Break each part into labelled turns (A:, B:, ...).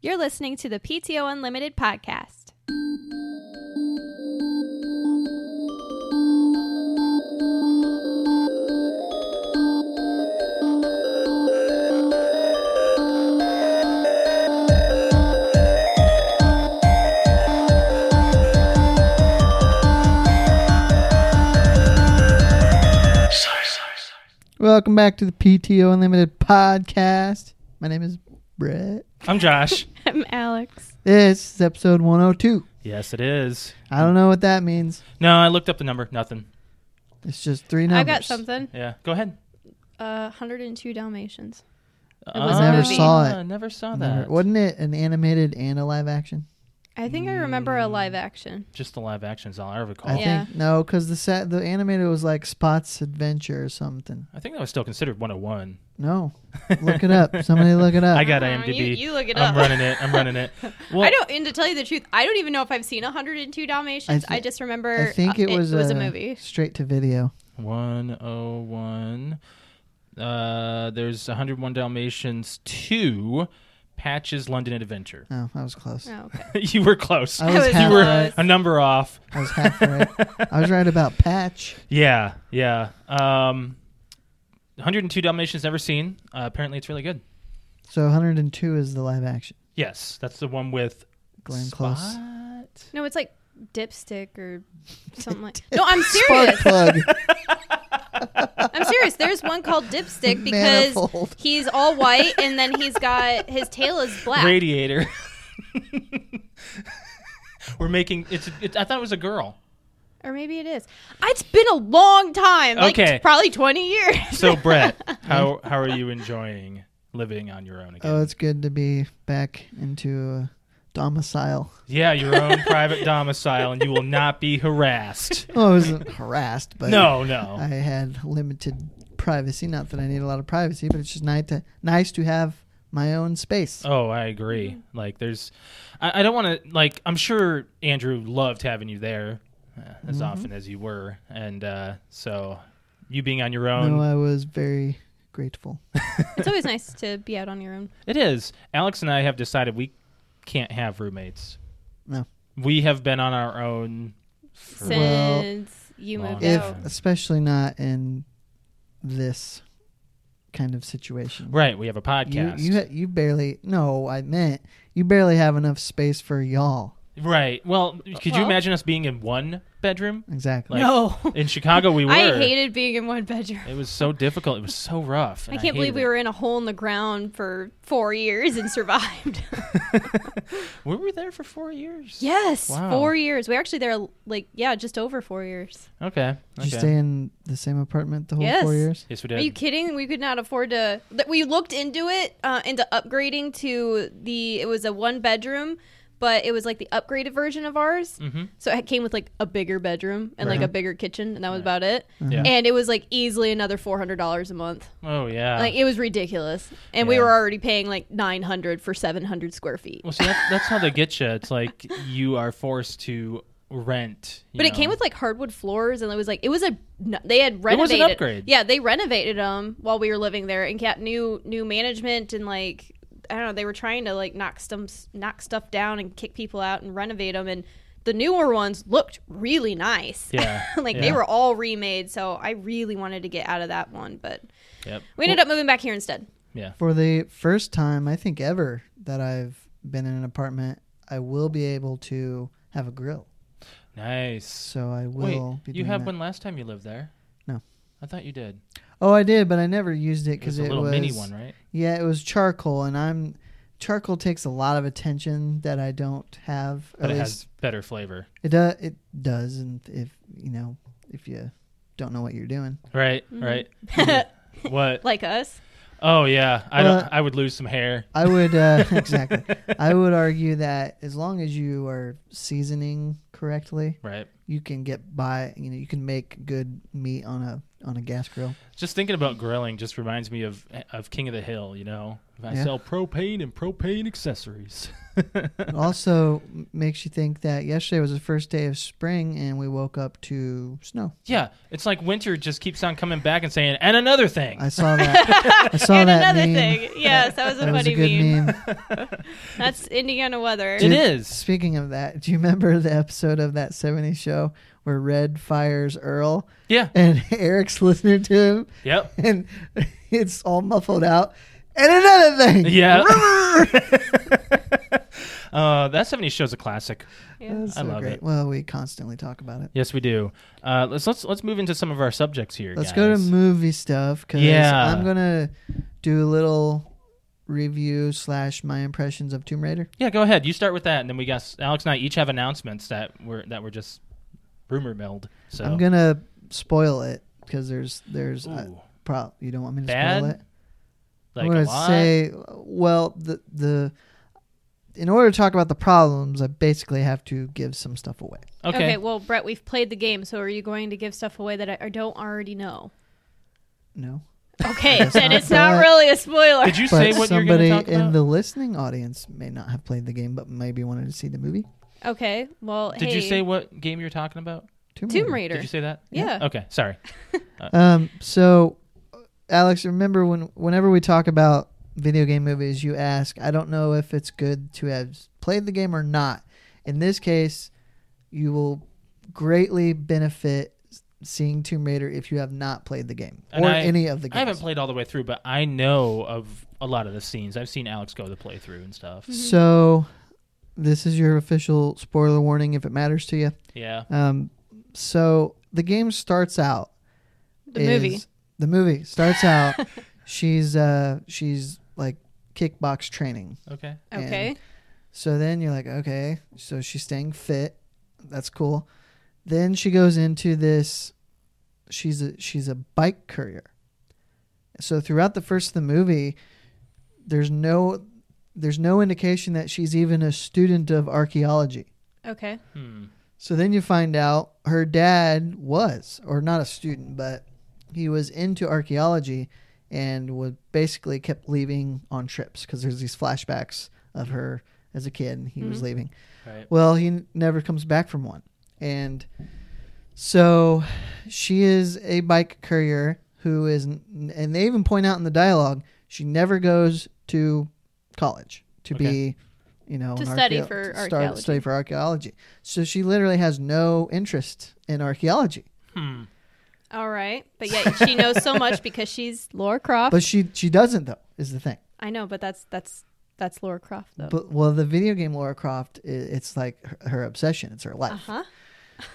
A: You're listening to the PTO Unlimited podcast.
B: Welcome back to the PTO Unlimited podcast. My name is Brett.
C: I'm Josh.
A: I'm Alex.
B: This is episode 102.
C: yes, it is.
B: I don't know what that means.
C: No, I looked up the number. Nothing.
B: It's just three numbers.
A: I've got something.
C: Yeah, go ahead.
A: Uh, 102 Dalmatians.
C: Uh, I
A: was a Never movie.
B: saw it.
C: Never saw that.
B: Never- wasn't it an animated and a live action?
A: I think I remember a live action.
C: Just the live action is all I recall.
B: I
C: I
A: Yeah.
C: think,
B: think no, because the set, the animated was like Spot's Adventure or something.
C: that was still considered 101.
B: No, look it up. Somebody look it up.
C: I got
A: Uh,
C: IMDb.
A: You, you look it
C: I'm
A: up.
C: running it. I'm running it. Well,
A: I don't. And to tell you the truth, I don't even know if I've seen 102 Dalmatians.
B: I
A: I,
B: thi-
A: just remember.
B: I think
A: uh,
B: it was,
A: a, movie.
B: straight to video.
C: 101. Uh, there's 101 Dalmatians 2, Patches London Adventure.
B: Oh, I was close.
A: Oh, okay.
C: you were close.
B: I was,
A: I was
B: half
C: you were
B: right.
C: a number off.
B: I was half right. I was right about Patch.
C: Yeah, yeah. Um, 102 Dalmatians never seen. Uh, apparently, it's really good.
B: So 102 is the live action.
C: Yes, that's the one with
B: Glenn
C: Spot.
B: Close.
A: No, it's like dipstick or something like. No, I'm serious.
B: Plug.
A: I'm serious. There's one called dipstick because
B: Manifold.
A: he's all white and then he's got his tail is black.
C: Radiator. We're making it's. It, I thought it was a girl.
A: Or maybe it is. It's been a long time. Like
C: Okay.
A: probably 20 years.
C: So Brett, how how are you enjoying living on your own again?
B: Oh, it's good to be back into a domicile.
C: yeah, your own private domicile, and you will not be harassed.
B: Oh, I wasn't harassed, but
C: No, no.
B: I had limited privacy. Not that I need a lot of privacy, but it's just nice to nice to have my own space.
C: Oh, I agree. Like, there's, I, I don't want to like. I'm sure Andrew loved having you there uh, as often as you were, and uh, so you being on your own,
B: No, I was very grateful.
A: It's always nice to be out on your own.
C: it is. Alex and I have decided we can't have roommates.
B: No.
C: we have been on our own. for-
A: Since
B: Well,
A: you moved
C: Yeah.
B: If
A: out.
B: especially not in this kind of situation.
C: right, we have a
B: You
C: podcast.
B: you ha- you barely no, I meant you barely have enough space for y'all.
C: right. Well, could you
A: Well-
C: imagine us being in one bedroom?
B: Exactly.
C: Like,
A: No.
C: In Chicago, we were.
A: I hated being in one bedroom.
C: It was so difficult. It was so rough.
A: I
C: and
A: can't believe
C: hated
A: we
C: it.
A: were in a hole in the ground for four years and survived.
C: We were there for four years.
A: yes,
C: Wow.
A: four years. We were actually there, like, yeah, just over four years.
C: Okay.
B: Did
C: okay.
B: you stay in the same apartment the whole four
A: Yes.
B: years?
C: Yes, we
A: Are
C: did.
A: you kidding? We could not afford to. That we looked into it, uh, into upgrading to the. It was a one bedroom, but it was like the upgraded version of ours.
C: Mhm.
A: So it came with like a bigger bedroom and like
C: Right.
A: a bigger kitchen, and that was about it.
C: Yeah.
A: And it was like easily another four hundred dollars a month.
C: oh yeah.
A: Like it was ridiculous, and we
C: Yeah.
A: were already paying like nine hundred for seven hundred square feet.
C: well, see, that's, that's how they get you. It's like you are forced to rent. you
A: But it came
C: know.
A: with like hardwood floors, and it was like it was a no- they had renovated.
C: was an upgrade.
A: Yeah, they renovated them while we were living there, and got new new management and like I don't know. They were trying to like knock some knock stuff down and kick people out and renovate them, and the newer ones looked really nice.
C: Yeah,
A: like they
C: yeah.
A: were all remade. So I really wanted to get out of that one, but
C: Yep.
A: we ended up moving back here instead.
B: For the first time, I think ever that I've been in an apartment, I will be able to have a grill.
C: Nice.
B: So I
C: Wait,
B: will. be
C: you
B: doing
C: had
B: that.
C: one last time you lived there.
B: No.
C: I thought you did.
B: Oh, I did, but I never used
C: It
B: it
C: was
B: because
C: a
B: it,
C: little
B: was
C: mini one, right?
B: Yeah, it was charcoal, and I'm charcoal takes a lot of attention that I don't have.
C: But
B: at
C: it
B: least
C: has better flavor,
B: it does. It does, and if you know, if you don't know what you're doing,
C: right?
A: Mm-hmm.
C: Right. what?
A: Like us,
C: Oh yeah. I don't.
B: Uh,
C: I would lose some hair.
B: I would uh, exactly. I would argue that as long as you are seasoning correctly,
C: Right.
B: you can get by you know you can make good meat on a on a gas grill
C: Just thinking about grilling just reminds me of of King of the Hill. You know, I
B: Yeah.
C: sell propane and propane accessories.
B: It also m- makes you think that yesterday was the first day of spring and we woke up to snow.
C: yeah, it's like winter just keeps on coming back and saying, and another thing.
B: I saw that. I saw
A: and
B: that
A: another
B: meme.
A: thing. Yes, that was a
B: That was
A: funny
B: a
A: meme.
B: good meme.
A: That's Indiana weather.
C: it is.
B: Speaking of that, do you remember the episode of that 70s show where Red fires Earl
C: Yeah.
B: and Eric's listening to him
C: Yep.
B: and it's all muffled out? And another thing.
C: Yeah. uh, that 70s show's a classic.
A: Yeah.
B: That's
C: I
B: so
C: love
B: great.
C: it.
B: Well, we constantly talk about it.
C: Yes, we do. Uh, let's let's let's move into some of our subjects here.
B: Let's
C: guys.
B: go to movie stuff because
C: Yeah.
B: I'm gonna do a little review slash my impressions of Tomb Raider.
C: yeah. Go ahead. You start with that, and then we got Alex and I each have announcements that were that were just rumor milled. So
B: I'm gonna spoil it because there's there's uh,
C: Ooh.
B: pro- you don't want me to
C: Bad?
B: spoil it.
C: like
B: I'm
C: a
B: gonna
C: lot.
B: say well the the in order to talk about the problems, I basically have to give some stuff away.
C: okay.
A: Okay. well, Brett, we've played the game, so are you going to give stuff away that I, I don't already know?
B: No,
A: Okay,
B: That's
A: then
B: not
A: it's not
B: bad.
A: really a spoiler.
C: Did you
B: but
C: say what you're
B: somebody
C: going to talk
B: in
C: about?
B: the listening audience may not have played the game, but maybe wanted to see the movie
A: okay, well,
C: Did you
A: hey,
C: say what game you're talking about?
B: Tomb,
A: Tomb
B: Raider.
A: Raider?
C: Did you say that?
A: yeah.
C: Okay. Sorry.
B: Um, so, Alex, remember when whenever we talk about video game movies, you ask, I don't know if it's good to have played the game or not. In this case, you will greatly benefit seeing Tomb Raider if you have not played the game
C: And
B: or
C: I-
B: any of the games.
C: I haven't played all the way through, but I know of a lot of the scenes. I've seen Alex go the playthrough and stuff.
B: Hmm. So, this is your official spoiler warning if it matters to you.
C: Yeah.
B: Um, so, the game starts out
A: the movie?
B: is- The movie starts out. she's uh she's like kickbox training.
C: Okay.
B: and
A: Okay.
B: So then you're like, okay, so she's staying fit. That's cool. Then she goes into this. She's a she's a bike courier. So throughout the first of the movie, there's no there's no indication that she's even a student of archaeology.
A: Okay.
C: Hmm.
B: So then you find out her dad was, or not a student, but he was into archaeology and was basically kept leaving on trips because there's these flashbacks of her as a kid and he was leaving.
C: Right.
B: Well, he n- never comes back from one. And so she is a bike courier who is, n- and they even point out in the dialogue, she never goes to college to be, you know,
A: To
B: an
A: study
B: archaeo-
A: for
B: start-
A: archaeology.
B: Study for archaeology. So she literally has no interest in archaeology,
C: Hmm.
A: All right, but yet she knows so much because she's Laura Croft.
B: but she she doesn't though is the thing.
A: I know, but that's that's that's Laura Croft though.
B: But well, the video game Laura Croft, i- it's like her, her obsession. It's her life.
A: Uh huh.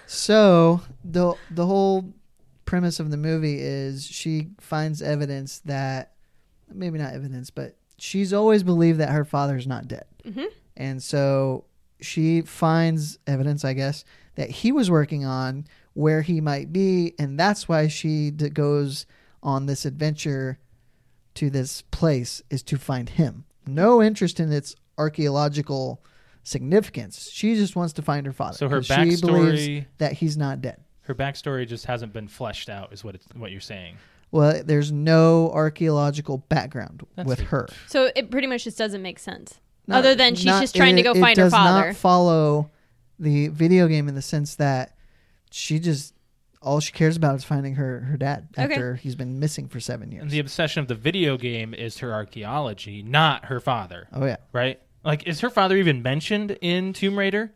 B: So the the whole premise of the movie is she finds evidence that maybe not evidence, but she's always believed that her father's not dead,
A: Mhm.
B: and so she finds evidence, I guess, that he was working on where he might be, and that's why she d- goes on this adventure to this place is to find him. No interest in its archaeological significance. She just wants to find her father.
C: So her
B: 'cause she believes
C: backstory-
B: that he's not dead.
C: Her backstory just hasn't been fleshed out, is what it's, what you're saying.
B: Well, there's no archaeological background
C: That's
B: with
C: the-
B: her.
A: So it pretty much just doesn't make sense.
B: Not-
A: Other than she's
B: not-
A: just trying to go
B: it-
A: find
B: it
A: her
B: does
A: father.
B: Not follow the video game in the sense that she just all she cares about is finding her her dad
A: Okay.
B: after he's been missing for seven
C: And
B: years.
C: the obsession of the video game is her archaeology, not her father,
B: oh yeah,
C: right? Like, is her father even mentioned in Tomb Raider?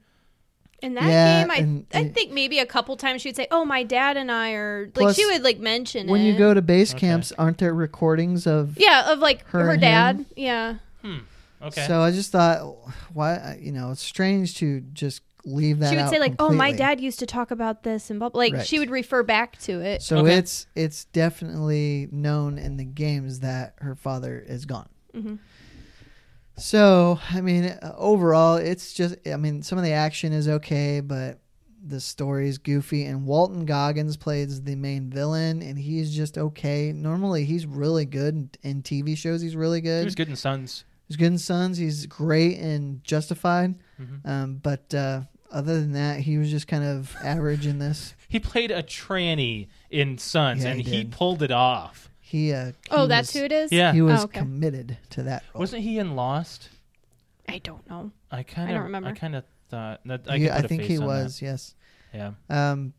A: In that
B: Yeah,
A: game, I
B: and-
A: I
B: and-
A: think maybe a couple times she'd say, "Oh, my dad and I are like
B: Plus,
A: she would like mention
B: when
A: it.
B: you go to base
C: Okay.
B: camps, aren't there recordings of?
A: yeah of like
B: Her
A: her,
B: and
A: dad
B: him.
A: yeah
C: Okay.
B: So I just thought, why you know, it's strange to just leave that.
A: she would
B: out
A: say like oh my
B: completely.
A: dad used to talk about this and blah, blah. like
B: Right.
A: she would refer back to it
B: So
C: Okay.
B: it's it's definitely known in the games that her father is gone.
A: Mhm.
B: So I mean, uh, overall, it's just I mean, some of the action is okay, but the story is goofy. And Walton Goggins plays the main villain, and he's just okay. Normally, he's really good in, in TV shows. He's really
C: he
B: good.
C: was good in Sons.
B: He's good in Sons. He's great in Justified. Um, but uh, other than that, he was just kind of average in this.
C: He played a tranny in Sons,
B: Yeah,
C: and
B: he
C: he
B: did.
C: pulled it off.
B: He. Uh, he
A: Oh, that's
B: was-
A: who it is.
C: Yeah.
B: He was
A: Oh, okay.
B: committed to that role.
C: Wasn't he in Lost?
A: I don't know.
C: I kind of
A: don't remember.
C: I kind of thought that I,
B: He-
C: could put a
B: think
C: face
B: he
C: on
B: was. Yes.
C: That. Yeah.
B: Um,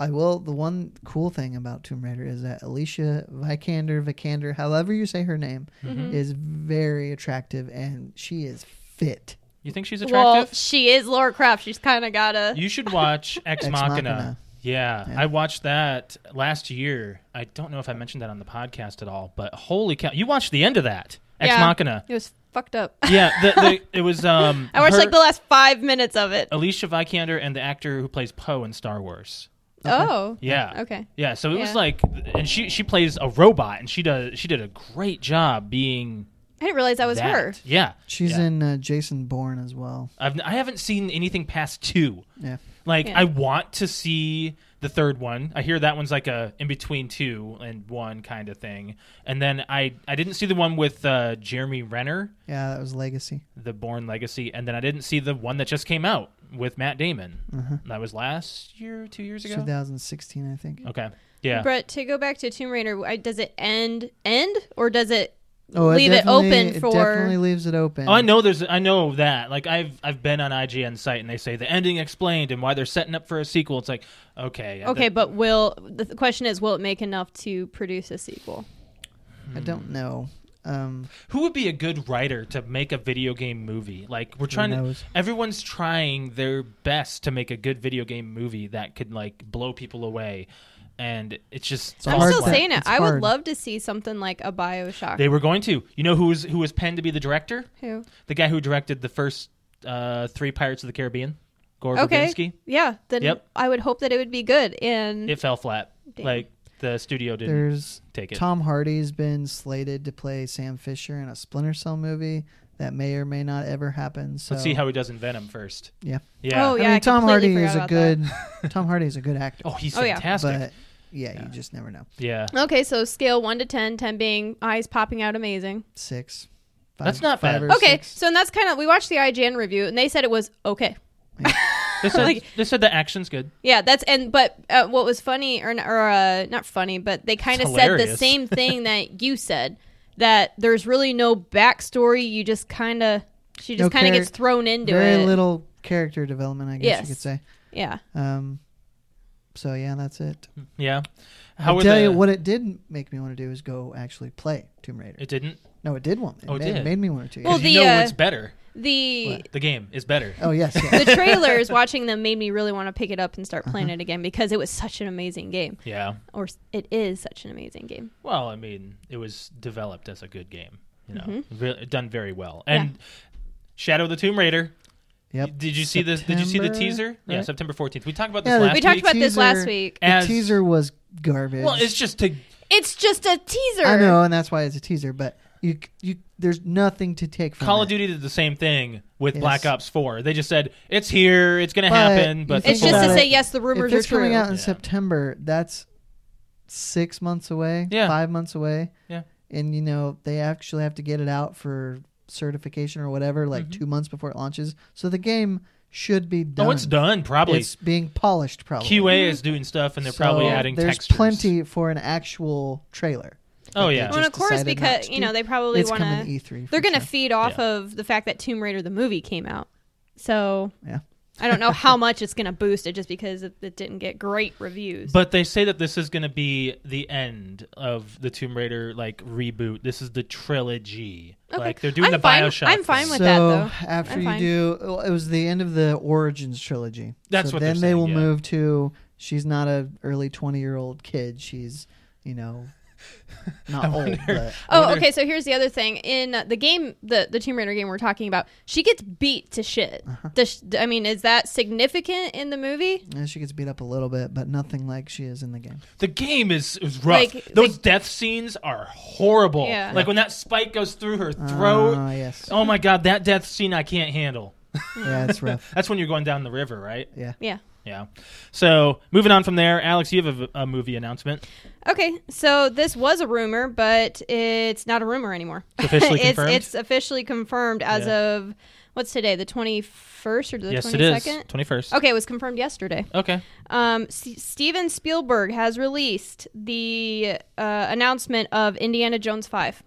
B: I will. The one cool thing about Tomb Raider is that Alicia Vikander, Vikander, however you say her name,
A: Mm-hmm.
B: is very attractive and she is fit.
C: You think she's
A: Well,
C: attractive?
A: she is Laura Croft. She's kind of got a.
C: you should watch Ex,
B: Ex
C: Machina.
B: Machina.
C: Yeah,
B: Yeah.
C: I watched that last year. I don't know if I mentioned that on the podcast at all, but holy cow, you watched the end of that Ex
A: Yeah.
C: Machina.
A: It was fucked up.
C: Yeah, the, the, it was. Um,
A: I watched
C: her-
A: like the last five minutes of it.
C: Alicia Vikander and the actor who plays Poe in Star Wars.
A: Oh.
C: Yeah.
A: Okay.
C: Yeah, so it was
A: Yeah.
C: like, and she she plays a robot, and she does she did a great job being
A: I didn't realize that was
C: that.
A: her.
C: Yeah,
B: She's
C: yeah.
B: in uh, Jason Bourne as well.
C: I've, I haven't seen anything past two.
B: Yeah.
C: Like
A: Yeah.
C: I want to see the third one. I hear that one's like a in between two and one kind of thing. And then I I didn't see the one with uh, Jeremy Renner,
B: Yeah, that was Legacy.
C: the Born Legacy, and then I didn't see the one that just came out with Matt Damon. That was last year, two years ago.
B: 2016, I think.
C: okay, yeah.
A: But to go back to Tomb Raider, I- does it end end or does it
B: Oh,
A: leave it
B: definitely-
A: open for?
B: It definitely leaves it open.
C: Oh, I know there's I know that. Like I've I've been on IGN site and they say the ending explained and why they're setting up for a sequel. It's like okay,
A: Okay, but will the th- question is will it make enough to produce a sequel?
B: I don't know. Um,
C: Who would be a good writer to make a video game movie? Like we're trying to
B: knows?
C: everyone's trying their best to make a good video game movie that could like blow people away. And it's just
B: It's a
A: I'm
B: hard
A: still
B: one.
A: saying it.
B: It's
A: I would
B: hard.
A: love to see something like a BioShock.
C: they were going to. You know who was who was penned to be the director?
A: Who?
C: The guy who directed the first uh, three Pirates of the Caribbean, Gore
A: Okay.
C: Verbinski.
A: Yeah, then
C: Yep.
A: I would hope that it would be good and
C: It fell flat.
A: Damn.
C: Like the studio didn't
B: there's
C: take it.
B: Tom Hardy's been slated to play Sam Fisher in a Splinter Cell movie that may or may not ever happen. So
C: Let's see how he does in Venom first.
B: Yeah.
C: Yeah.
A: Oh,
B: I
A: yeah,
B: mean,
A: I
B: Tom Hardy
A: completely
B: is a
A: forgot
B: good.
A: about
B: Tom Hardy is a good actor.
C: Oh, he's
A: Oh, yeah.
C: fantastic.
B: but yeah, you just never know.
C: yeah.
A: Okay, so scale 1 to 10, 10 being eyes popping out amazing.
B: Six. Five,
C: That's not
B: five
C: bad.
B: or
A: Okay,
B: six.
A: so and that's kind of we watched the IGN review and they said it was okay.
C: They said,
A: Like-
C: they said the action's good.
A: Yeah, that's and but uh, what was funny or, n- or uh, not funny, but they kind of
C: It's
A: said the
C: hilarious.
A: same thing that you said that there's really no backstory. You just kind of she just
B: No
A: kind of
B: charac-
A: gets thrown into
B: very
A: it.
B: little character development, I guess
A: Yes.
B: you could say.
A: Yeah,
B: Um, so yeah, that's it.
C: Yeah.
B: I'll
C: were
B: tell
C: the-
B: you what it did make me want to do is go actually play Tomb Raider.
C: It didn't.
B: no, it did want. It
C: Oh, it
B: made,
C: did.
B: made me want to. yeah.
A: Well,
C: 'Cause you
A: the,
C: know
A: uh,
C: it's better.
A: the
B: What?
C: The game is better.
B: oh yes, yeah.
A: the trailers watching them made me really want to pick it up and start playing it again because it was such an amazing game,
C: Yeah.
A: or s- it is such an amazing game.
C: Well, I mean, it was developed as a good game. You know,
A: Mm-hmm.
C: Re- done very well. And Shadow of the Tomb Raider.
B: Yep.
C: Did you see this? Did you see the
B: September,
C: teaser? Yeah,
B: right?
C: September fourteenth. We talked about this
B: Yeah,
C: last
A: We talked
C: week.
A: about this last
B: Teaser-
A: week.
B: The
C: as-
B: teaser was garbage.
C: Well, it's just to.
A: It's just a teaser.
B: I know, and that's why it's a teaser. But you, you, there's nothing to take from
C: Call
B: it.
C: of Duty did the same thing with
B: Yes.
C: Black Ops Four. They just said it's here, it's going to
B: But
C: happen.
B: you
C: But
A: It's
B: Think
A: just to
B: about
A: say
B: it.
A: yes, the
B: If
A: rumors are
B: it's
A: true.
B: coming out in
C: Yeah.
B: September, that's six months away.
C: Yeah.
B: Five months away.
C: Yeah.
B: And you know they actually have to get it out for certification or whatever, like two months before it launches. So the game should be done.
C: Mm-hmm. oh, it's done probably.
B: It's being polished, probably.
C: QA
A: Mm-hmm.
C: is doing stuff, and they're probably
B: So
C: adding
B: There's
C: textures.
B: plenty for an actual trailer.
C: Oh
B: they
C: yeah,
A: Well, and of
B: just
A: course,
B: decided not
A: because
B: to
A: you
B: do-
A: know they probably
B: it's
A: want
B: coming
A: to.
B: E3. for
A: They're going to
B: sure.
A: feed off
C: Yeah.
A: of the fact that Tomb Raider the movie came out, so
B: Yeah.
A: I don't know how much it's going to boost it just because it, it didn't get great reviews.
C: But they say that this is going to be the end of the Tomb Raider like reboot. This is the trilogy.
A: Okay.
C: Like they're doing
A: I'm
C: the
A: fine-
C: BioShock.
A: I'm fine
C: thing.
A: with
B: so
A: that, though.
B: after
A: I'm
B: you
A: fine.
B: do, well, it was the end of the Origins trilogy.
C: That's
B: so
C: what
B: then
C: they're
B: they
C: saying,
B: will
C: yeah.
B: move to. She's not a early twenty year old kid. She's you know not old. But
A: oh,
C: wonder-
A: okay. So here's the other thing in uh, the game, the the Tomb Raider game we're talking about, she gets beat to shit.
B: Uh-huh.
A: Does sh- I mean, is that significant in the movie?
B: and she gets beat up a little bit, but nothing like she is in the game.
C: The game is, is rough.
A: Like-
C: Those death scenes are horrible.
A: Yeah.
C: Like when that spike goes through her throat.
B: Ah, yes.
C: oh my god, that death scene I can't handle.
B: Yeah, it's rough.
C: That's when you're going down the river, right?
B: Yeah.
A: Yeah.
C: Yeah. So moving on from there, Alex, you have a, a movie announcement.
A: Okay, so this was a rumor, but it's not a rumor anymore.
C: It's officially
A: it's
C: confirmed?
A: it's officially confirmed as
C: Yeah.
A: of what's today? The 21st or the
C: yes,
A: 22nd?
C: it is. 21st.
A: Okay, it was confirmed yesterday.
C: Okay.
A: Um, S- Steven Spielberg has released the uh, announcement of Indiana Jones 5.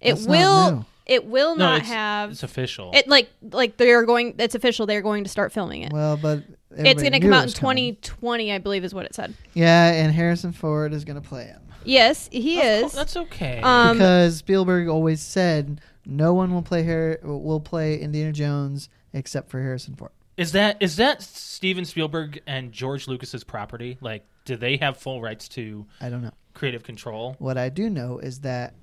A: It
B: That's not
A: will
B: new.
A: it will
C: No,
A: not
C: it's-
A: have
C: It's official.
A: it like like they're going it's official they're going to start filming it.
B: Well, but
A: it's
B: everybody
A: going to
B: knew
A: come
B: it
A: out in
B: was coming.
A: 2020 I believe is what it said.
B: Yeah, and Harrison Ford is going to play him
A: Yes, he
C: Of cour-
A: is.
C: Oh, That's okay.
A: um
B: because Spielberg always said no one will play Har- will play Indiana Jones except for Harrison Ford.
C: is that is that Steven Spielberg and George Lucas's property? Like, do they have full rights to
B: I don't know.
C: creative control?
B: What I do know is that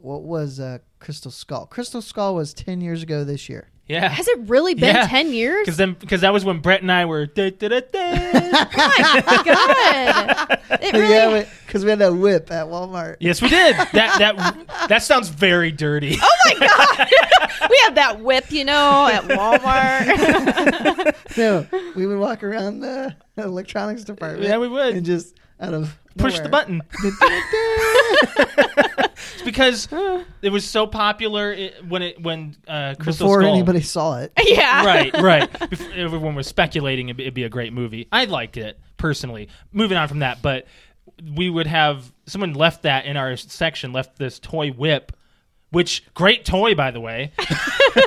B: what was uh, Crystal Skull? Crystal Skull was ten years ago this year.
C: Yeah.
A: has it really been
C: Yeah.
A: 10 years?
C: Because then, because that was when Brett and I were. da- da- da- da.
A: My God. It
C: Oh,
A: really
B: Yeah, because we had that whip at Walmart.
C: yes, we did. That that that sounds very dirty.
B: Oh,
A: oh we had that whip, you know, at Walmart.
B: No, we would walk around the electronics department.
C: Yeah, we would.
B: and just out of
C: Push the
B: nowhere.
C: button. it's because it was so popular it, when it when uh, Crystal
B: before
C: Skull.
B: anybody saw it.
A: yeah.
C: right, right. Bef- everyone was speculating it'd be, it'd be a great movie. I liked it personally. Moving on from that, but we would have someone left that in our section, left this toy whip, which great toy by the way.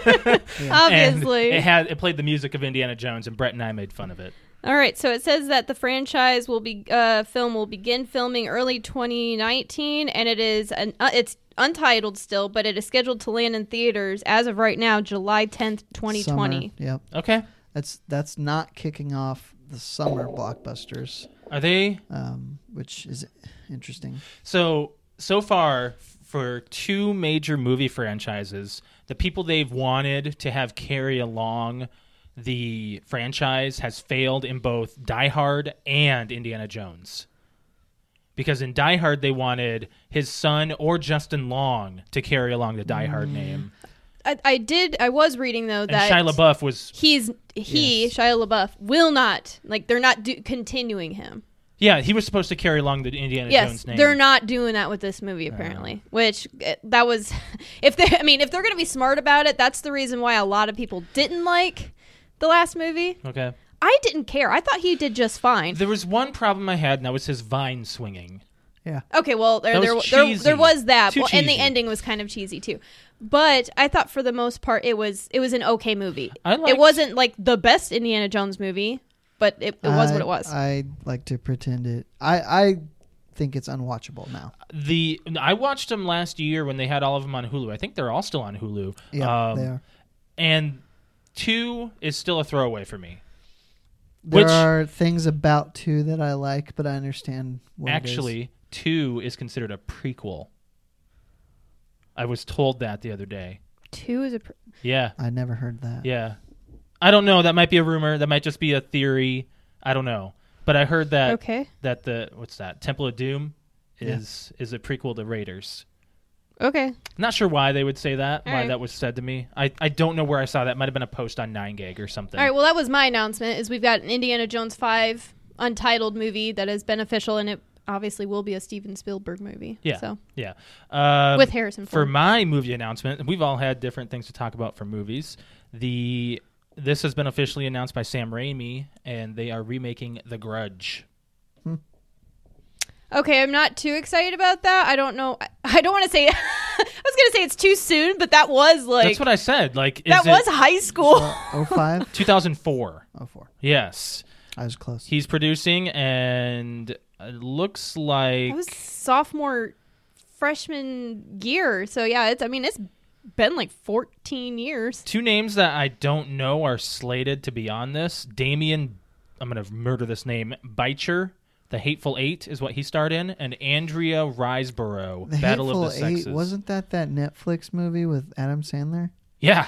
C: And
A: Obviously.
C: it had it played the music of Indiana Jones, and Brett and I made fun of it.
A: All right, so it says that the franchise will be uh, film will begin filming early 2019 and it is an uh, it's untitled still, but it is scheduled to land in theaters as of right now July 10th, 2020.
B: Summer, Yep,
C: Okay,
B: that's that's not kicking off the summer blockbusters,
C: are they
B: um, which is interesting.
C: So so far for two major movie franchises, the people they've wanted to have carry along the franchise has failed in both Die Hard and Indiana Jones. Because in Die Hard they wanted his son or Justin Long to carry along the Die Hard name.
A: I, I did I was reading though
C: And
A: Mm. that
C: Shia LaBeouf was
A: he's he
B: Yes.
A: Shia LaBeouf will not like they're not do- continuing him.
C: Yeah, he was supposed to carry along the Indiana
A: Yes,
C: Jones name. Oh.
A: they're not doing that with this movie apparently. Which eh, that was, if they, I mean, if they're going to be smart about it, that's the reason why a lot of people didn't like the last movie.
C: Okay.
A: I didn't care. I thought he did just fine.
C: There was one problem I had and that was his vine swinging.
B: Yeah,
A: Okay, well there
C: That
A: there,
C: was
A: there
C: cheesy.
A: there was that,
C: Too
A: well, and the
C: cheesy.
A: ending was kind of cheesy too. But I thought for the most part it was it was an okay movie.
C: I liked-
A: it wasn't like the best Indiana Jones movie, but it, it was
B: I-
A: what it was.
B: I like to pretend it. I I think it's unwatchable now.
C: the I watched them last year when they had all of them on Hulu. I think they're all still on Hulu.
B: Yeah,
C: Um,
B: they are.
C: And two is still a throwaway for me.
B: There
C: which-
B: are things about two that I like, but I understand what it is.
C: Actually, two is considered a prequel. I was told that the other day.
A: Two is a pr-
C: Yeah,
B: I never heard that.
C: yeah. I don't know. That might be a rumor. That might just be a theory. I don't know. But I heard that
A: okay,
C: that the what's that Temple of Doom
B: Yeah.
C: is is a prequel to Raiders.
A: okay.
C: Not sure why they would say that.
A: All
C: why
A: right.
C: that was said to me. I, I don't know where I saw that. Might have been a post on Nine Gag or something.
A: All right. Well, that was my announcement. Is we've got an Indiana Jones five untitled movie that is beneficial, and it obviously will be a Steven Spielberg movie.
C: Yeah.
A: So
C: Yeah. Um,
A: with Harrison
C: for
A: Ford.
C: my movie announcement, we've all had different things to talk about for movies. The this has been officially announced by Sam Raimi, and they are remaking The Grudge.
A: okay, I'm not too excited about that. I don't know. I, I don't want to say. I was gonna say it's too soon, but that was like
C: That's what I said. Like is
A: that
C: it
A: was high school.
B: Oh five,
C: 2004.
B: oh four.
C: Yes,
B: I was close.
C: he's producing, and it looks like
A: I was sophomore, freshman year. So yeah, it's. I mean, it's been like 14 years.
C: two names that I don't know are slated to be on this. Damien, I'm gonna murder this name. Beicher, The Hateful Eight is what he starred in, and Andrea Riseborough,
B: The
C: Battle
B: Hateful
C: of the
B: Eight
C: Sexes.
B: wasn't that that Netflix movie with Adam Sandler?
C: Yeah,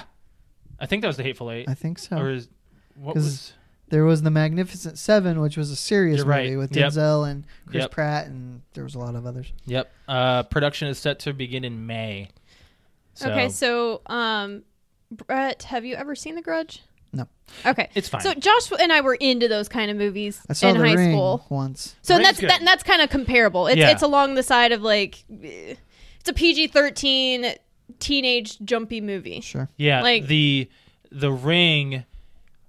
C: I think that was the Hateful Eight,
B: I think so.
C: or is what
B: 'Cause
C: was?
B: there was the Magnificent Seven, which was a serious
C: You're right.
B: movie with
C: Yep.
B: Denzel and Chris
C: Yep.
B: Pratt, and there was a lot of others.
C: Yep, uh, production is set to begin in May. So,
A: Okay, so um, Brett, have you ever seen The Grudge?
B: No.
A: Okay,
C: It's fine.
A: So Josh and I were into those kind of movies
B: I saw
A: in
B: The
A: high
B: Ring
A: school.
B: once.
A: So
C: Ring's
A: that's
C: good.
A: that, that's kind of comparable. It's
C: Yeah.
A: it's along the side of like eh, it's a PG thirteen teenage jumpy movie.
B: Sure.
C: Yeah,
A: Like-
C: the the Ring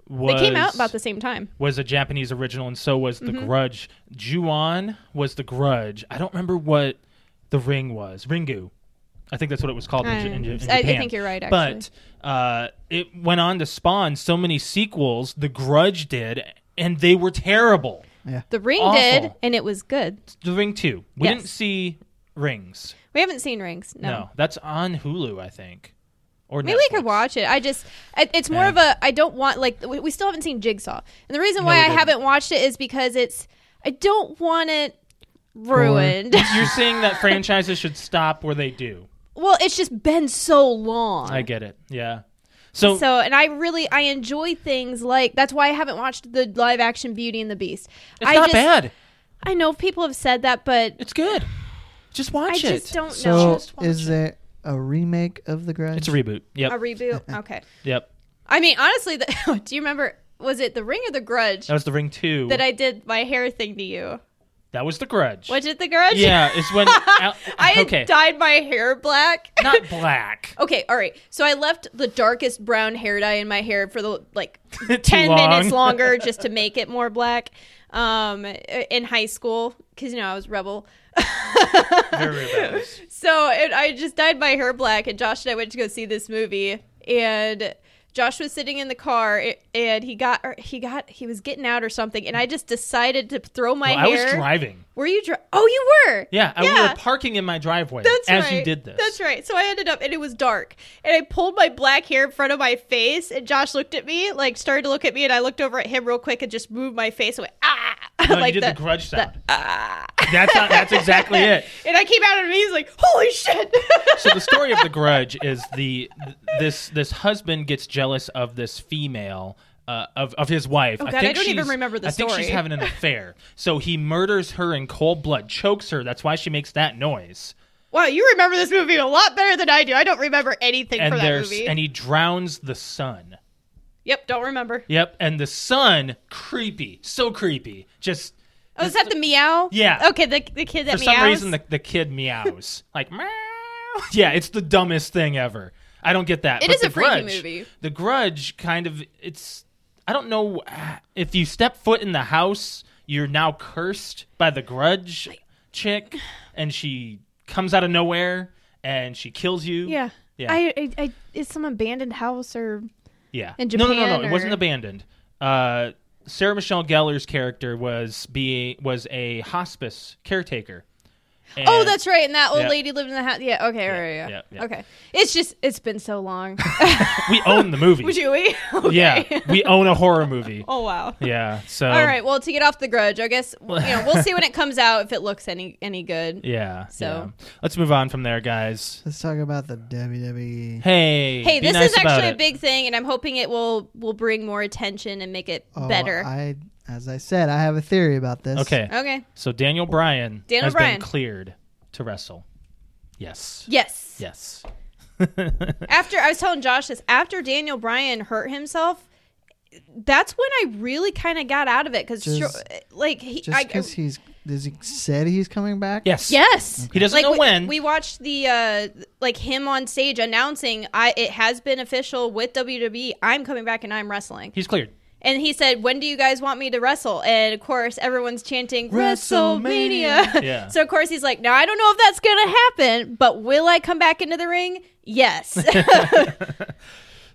C: was
A: They came out about the same time.
C: was a Japanese original, and so was The
A: Mm-hmm.
C: Grudge. Ju-on was The Grudge. I don't remember what The Ring was. Ringu, I think that's what it was called in,
A: I
C: J- in, J- in
A: I- I
C: Japan.
A: think you're right,
C: But uh, it went on to spawn so many sequels. The Grudge did, and they were terrible.
A: The Ring
C: Awful.
A: did, and it was good.
C: The Ring Two. We
A: Yes.
C: didn't see Rings.
A: We haven't seen Rings.
C: No.
A: No.
C: that's on Hulu, I think. Or
A: Maybe we
C: Netflix.
A: could watch it. I just, it- it's more
C: Yeah.
A: of a. I don't want like we we still haven't seen Jigsaw, and the reason
C: No,
A: why
C: we
A: I
C: didn't.
A: haven't watched it is because it's. I don't want it ruined.
C: You're saying that franchises should stop where they do.
A: well, it's just been so long.
C: I get it. Yeah. So,
A: so and I really I enjoy things like that's why I haven't watched the live action Beauty and the Beast.
C: it's
A: I
C: not
A: just,
C: bad.
A: I know people have said that, but
C: It's good. Just watch
A: I
C: it.
A: just don't
B: So
A: know
B: is there a remake of The Grudge?
C: It's a reboot. Yep.
A: a reboot. Okay,
C: yep.
A: I mean honestly, the, do you remember? Was it The Ring or The Grudge
C: That was The Ring 2.
A: that I did my hair thing to you?
C: that was The Grudge.
A: Was it The Grudge?
C: Yeah, it's when Al-
A: I had
C: okay,
A: dyed my hair black.
C: not black.
A: okay, all right. So I left the darkest brown hair dye in my hair for the like
C: Too
A: ten
C: long.
A: minutes longer just to make it more black. Um, in high school, because you know I was rebel.
C: Very rebellious.
A: So and I just dyed my hair black, and Josh and I went to go see this movie, and Josh was sitting in the car, a- and he got or he got he was getting out or something, and I just decided to throw my
C: Well, I
A: hair.
C: was driving.
A: Were you? Dri- oh, you were.
C: Yeah, I, we
A: Yeah.
C: were parking in my driveway
A: That's
C: as
A: right.
C: you did this.
A: That's right. So I ended up, and it was dark. And I pulled my black hair in front of my face, and Josh looked at me, like started to look at me, and I looked over at him real quick and just moved my face and went, ah!
C: No,
A: like
C: you did the,
A: that.
C: grudge sound. That's not, that's exactly it.
A: And I came out of me, he's like, holy shit!
C: so the story of the grudge is the th- this this husband gets jealous of this female uh, of of his wife.
A: Oh, God, I don't even remember the
C: I think she's
A: story.
C: having an affair. so he murders her in cold blood, chokes her. That's why she makes that noise.
A: wow, you remember this movie a lot better than I do. I don't remember anything
C: And
A: from that
C: there's
A: movie.
C: and he drowns the son.
A: yep, don't remember.
C: Yep, and the son creepy, so creepy. Just
A: Oh, is that the meow?
C: Yeah.
A: Okay, the, the kid that
C: for
A: meows.
C: some reason the the kid meows like meow. Yeah, it's the dumbest thing ever. I don't get that.
A: It
C: It is
A: is a freaky movie.
C: The Grudge kind of it's I don't know ah, if you step foot in the house, you're now cursed by the Grudge chick, and she comes out of nowhere and she kills you.
A: yeah.
C: Yeah.
A: I, I, I, it's some abandoned house or.
C: Yeah.
A: In
C: no, no, no,
A: Japan
C: no. It wasn't
A: or-
C: abandoned. Uh, Sarah Michelle Gellar's character was be was a hospice caretaker.
A: Oh,
C: And-
A: that's right. And that old
C: Yeah.
A: lady lived in the house. Yeah. Okay. all right,
C: Yeah,
A: Yeah,
C: yeah, yeah.
A: Okay. It's just it's been so long.
C: we own the movie.
A: Would you? eat? Okay.
C: Yeah, we own a horror movie.
A: Oh wow.
C: Yeah, so
A: All right. Well, to get off the grudge, I guess you know we'll see when it comes out if it looks any any good.
C: yeah.
A: So-
C: yeah. let's move on from there, guys.
B: Let's talk about the E. WWE.
C: Hey,
A: Hey,
C: be
A: this
C: nice
A: is
C: about
A: actually a
C: it.
A: big thing, and I'm hoping it will will bring more attention and make it
B: Oh,
A: better.
B: I, as I said, I have a theory about this.
C: Okay,
A: okay.
C: so Daniel Bryan
A: Daniel
C: has
A: Bryan.
C: been cleared to wrestle. Yes,
A: Yes.
C: yes.
A: After I was telling Josh this, after Daniel Bryan hurt himself. That's when I really kind of got out of it because,
B: Just-
A: like, he,
B: Just
A: I-
B: because he's does he said he's coming back?
C: yes,
A: Yes.
C: He doesn't
A: like,
C: know
A: we,
C: when.
A: We watched the uh like him on stage announcing I it has been official with WWE. I'm coming back and I'm wrestling.
C: He's cleared.
A: And he said, "When do you guys want me to wrestle?" And of course, everyone's chanting
B: WrestleMania.
A: WrestleMania.
C: Yeah.
A: so of course he's like, "Now I don't know if that's going to happen, but will I come back into the ring?" Yes.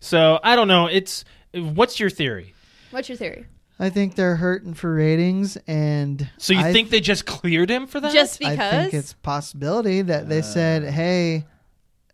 C: So I don't know. It's what's your theory?
A: What's your theory?
B: I think they're hurting for ratings, and
C: So you
B: I,
C: think they just cleared him for that?
A: Just
B: I
A: because
B: think it's possibility that they said, "Hey,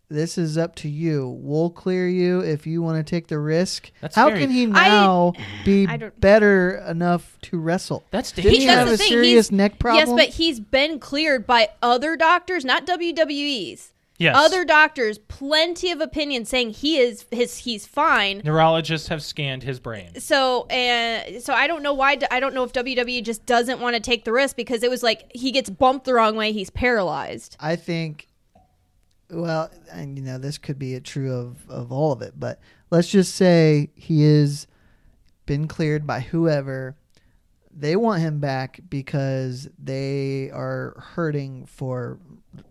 B: this is up to you. We'll clear you if you want to take the risk."
C: That's
B: How
C: very-
B: can he
A: I-
B: now be
A: I don't-
B: better enough to wrestle?
C: that's
B: Didn't
A: He-
B: he
C: dangerous.
A: that's
B: have
A: the
B: a
A: thing,
B: serious
A: he's-
B: neck problem?
A: Yes, but he's been cleared by other doctors, not WWE's.
C: yes.
A: Other doctors, plenty of opinions saying he is his he's fine.
C: neurologists have scanned his brain.
A: So and so I don't know why I don't know if WWE just doesn't want to take the risk because it was like he gets bumped the wrong way, he's paralyzed.
B: I think, well, and you know, this could be true of, of all of it, but let's just say he is been cleared by whoever. They want him back because they are hurting for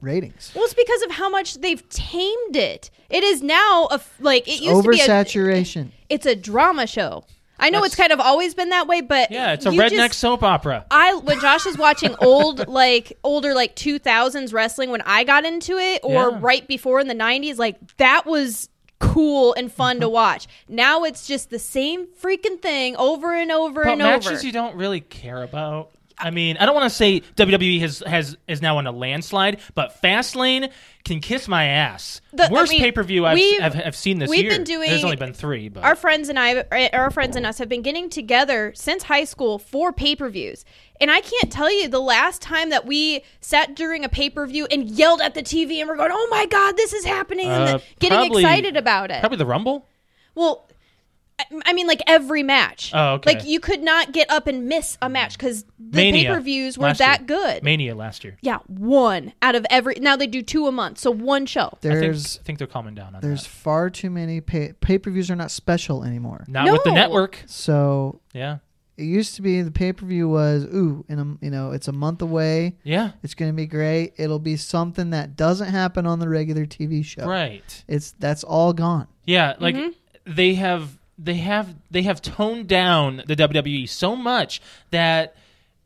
B: ratings.
A: Well, it's because of how much they've tamed it. It is now a f- like it used to be a,
B: Oversaturation.
A: It's a drama show. I know it's
C: That's-
A: kind of always been that way, but
C: Yeah, it's a
A: you
C: redneck
A: just-
C: soap opera.
A: I when Josh is watching old like older like 2000s wrestling when I got into it or
C: Yeah.
A: right before in the 90s like that was cool and fun
C: Uh-huh.
A: to watch. Now it's just the same freaking thing over and over
C: But
A: and
C: matches
A: over.
C: you don't really care about. I mean, I don't want to say WWE has has is now on a landslide, but Fastlane can kiss my ass.
A: The- I
C: Worst
A: mean,
C: pay per view I've,
A: we've-
C: I've I've seen this
A: we've
C: year.
A: been doing-
C: There's only been three, but
A: our friends and I, eh, our friends and us, have been getting together since high school for pay per views. And I can't tell you the last time that we sat during a pay per view and yelled at the TV and we're going, "Oh my god, this is happening!" and
C: Uh,
A: the, getting
C: probably-
A: excited about it.
C: probably the Rumble.
A: Well, I, I mean, like every match.
C: Oh, okay.
A: Like you could not get up and miss a match because the
C: Mania
A: pay per views were
C: last
A: that
C: year.
A: good.
C: Mania last year.
A: Yeah, one out of every. Now they do two a month, so one show.
C: I think,
B: There's
C: I think they're calming down on
B: there's
C: that.
B: far too many pay pay per views are not special anymore.
C: Not with the
A: No.
C: network.
B: So
C: Yeah,
B: it used to be the pay per view was ooh, in a, you know it's a month away.
C: yeah,
B: It's going to be great. It'll be something that doesn't happen on the regular TV show.
C: right.
B: It's that's all gone.
C: Yeah, like
A: Mm-hmm.
C: they have they have they have toned down the WWE so much that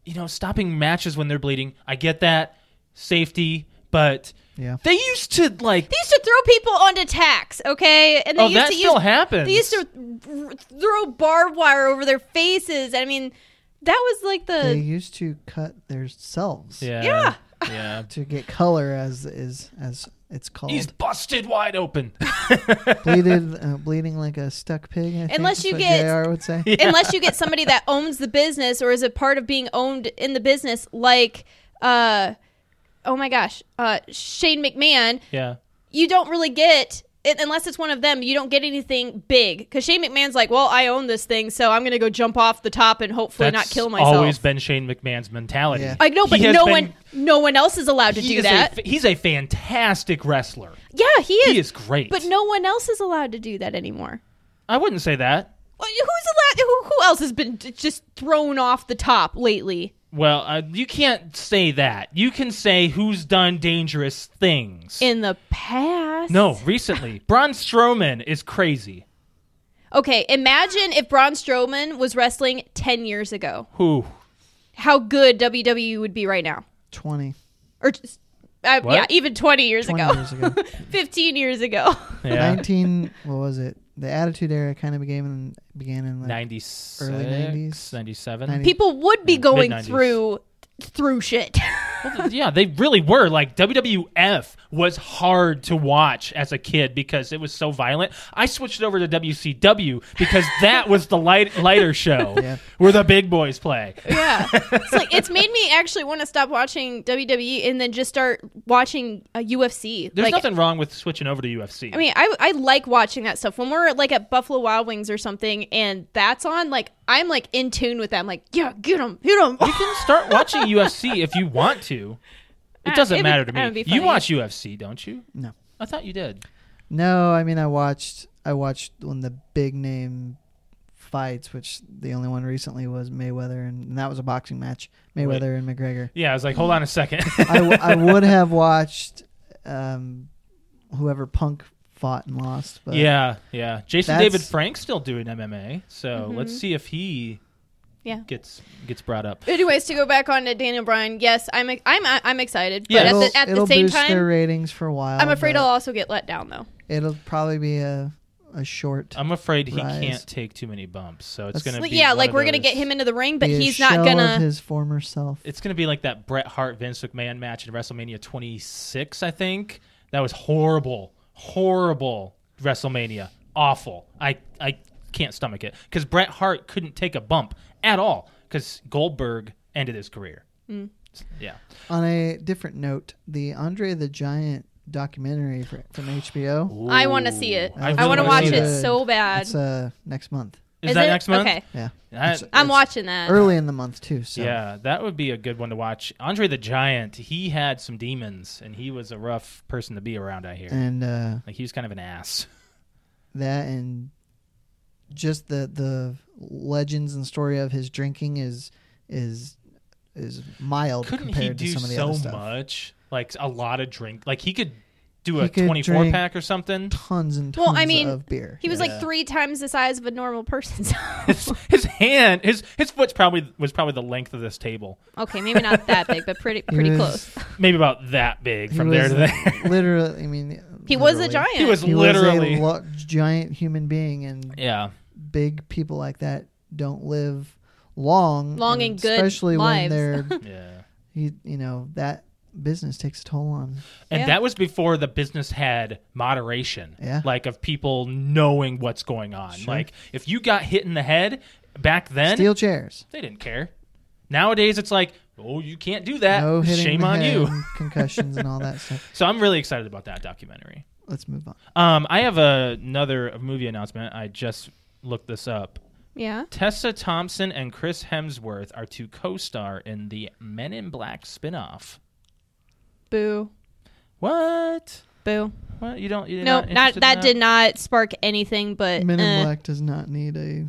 C: you know stopping matches when they're bleeding. I get that safety, but
B: Yeah.
C: they used to like.
A: They used to throw people onto tacks, okay? And they
C: oh,
A: used
C: that
A: to
C: still
A: use
C: happens.
A: They used to r- throw barbed wire over their faces. I mean, that was like
B: They
A: the
B: used to cut themselves
C: Yeah.
A: Yeah.
C: yeah.
B: to get color as is as it's called.
C: He's busted wide open.
B: Bleeded, uh, bleeding like a stuck pig. I think
A: Unless
B: is
A: you
B: what
A: get-
B: JR would say.
A: unless you get somebody that owns the business or is a part of being owned in the business, like uh, oh my gosh, uh, Shane McMahon.
C: yeah.
A: You don't really get. un- Unless it's one of them, you don't get anything big. Because Shane McMahon's like, well, I own this thing, so I'm going to go jump off the top and hopefully
C: That's
A: not kill myself.
C: always been Shane McMahon's mentality.
B: Yeah.
A: I know,
C: He
A: but
C: has
A: no
C: been-
A: one, no one else is allowed to
C: he
A: do
C: is a
A: that.
C: fa- he's a fantastic wrestler.
A: yeah, he is.
C: He is great.
A: But no one else is allowed to do that anymore.
C: I wouldn't say that.
A: Well, Who's allowed? Who, who else has been d- just thrown off the top lately?
C: Well, uh, you can't say that. You can say who's done dangerous things.
A: In the past?
C: no, recently. Braun Strowman is crazy.
A: Okay, imagine if Braun Strowman was wrestling 10 years ago.
C: Who?
A: How good WWE would be right now.
B: Twenty.
A: Or, just, uh,
C: What?
A: yeah, even 20 years
B: 20
A: ago.
B: years ago.
A: 15 years ago.
C: Yeah.
B: 19 what was it the attitude era kind of began in, began in like
C: 96,
B: Early 90s.
C: 97.
B: 90s.
A: People would be going
C: mid-nineties.
A: through through shit.
C: yeah, they really were. Like WWF was hard to watch as a kid because it was so violent. I switched over to WCW because that was the light lighter show
B: Yeah.
C: where the big boys play.
A: yeah. It's like it's made me actually want to stop watching WWE and then just start watching uh, UFC.
C: There's
A: like
C: nothing wrong with switching over to UFC.
A: I mean, I, I like watching that stuff. When we're like at Buffalo Wild Wings or something, and that's on, like I'm like in tune with that. I'm like, yeah, get them, hit them.
C: you can start watching UFC if you want to. It
A: Uh,
C: doesn't
A: it'd be-
C: matter to
A: that'd
C: me.
A: be
C: You
A: funny.
C: watch UFC, don't you?
B: No.
C: I thought you did.
B: no i mean i watched i watched when the big name fights which the only one recently was mayweather and, and that was a boxing match mayweather and mcgregor
C: Yeah, I was like, hold on a second.
B: I, w- I would have watched um, whoever punk fought and lost but
C: yeah, yeah. Jason
B: That's-
C: David Frank's still doing MMA, so let's see if
A: Mm-hmm.
C: he
A: Yeah.
C: gets gets brought up.
A: Anyways, to go back on to Daniel Bryan, yes, I'm I'm I'm excited, but
C: Yeah,
A: at
B: it'll,
A: the, at the
B: it'll
A: same
B: boost their uh,
A: time,
B: ratings for a while
A: I'm afraid
B: but
A: I'll also get let down though.
B: it'll probably be a a short
C: I'm afraid he
B: Rise.
C: can't take too many bumps, so it's
B: That's-
C: gonna
A: Like,
C: be
A: yeah,
C: one
A: like
C: of
A: we're gonna
C: those-
A: get him into the ring, but
B: be a
A: he's not
B: shell of
A: gonna.
B: his former self
C: It's gonna be like that Bret Hart Vince McMahon match in WrestleMania 26, I think. That was horrible, horrible WrestleMania, awful. I I can't stomach it because Bret Hart couldn't take a bump at all because Goldberg ended his career.
A: Mm.
C: Yeah,
B: On a different note, the Andre the Giant documentary fr from HBO.
A: I want to see it.
C: Ooh.
A: I,
C: really
A: want to
B: wanna
A: watch
B: see
A: it
B: that.
A: so bad.
B: uh, It's uh, next month.
C: Is,
A: Is
C: that
A: it?
C: next month?
A: Okay.
B: Yeah,
C: That-
A: I'm watching that.
B: early in the month too. So
C: Yeah, that would be a good one to watch. Andre the Giant, he had some demons, and he was a rough person to be around. I hear,
B: and uh,
C: like he was kind of an ass.
B: that and just the the legends and story of his drinking is is is mild
C: Couldn't he
B: compared
C: do
B: to some of the
C: so
B: other stuff.
C: much? Like a lot of drink. Like he could do
B: He
C: a
B: could
C: 24
B: drink-
C: pack or something.
B: Tons and tons
A: Well, I mean,
B: of beer.
A: He was
C: Yeah.
A: like three times the size of a normal person.
C: His,
A: So.
C: his hand, his his foot's probably was probably the length of this table.
A: okay, maybe not that big, but pretty
B: He
A: pretty
B: was-
A: close.
C: Maybe about that big
B: he
C: from there
B: was
C: to there.
B: literally, I mean,
A: He was a
B: literally.
A: giant.
C: he was
B: He
C: literally.
B: was a lo- giant human being, and
C: yeah.
B: big people like that don't live long,
A: Long and good
B: especially
A: lives.
B: when they're,
C: Yeah.
B: you, you know, that business takes a toll on.
C: And
A: Yeah.
C: that was before the business had moderation,
B: Yeah.
C: like of people knowing what's going on.
B: Sure.
C: Like if you got hit in the head back then,
B: Steel chairs.
C: they didn't care. Nowadays, it's like, oh, you can't do that.
B: no hitting
C: Shame
B: the
C: on
B: head
C: you.
B: and concussions and all that stuff.
C: So I'm really excited about that documentary.
B: Let's move on.
C: Um, I have a, another movie announcement. I just looked this up.
A: Yeah.
C: Tessa Thompson and Chris Hemsworth are to co-star in the Men in Black spin-off.
A: Boo.
C: What?
A: Boo.
C: What? You don't? You're
A: No,
C: not,
A: not
C: interested
A: that
C: in
A: did not spark anything, but
B: Men in
A: eh.
B: Black does not need a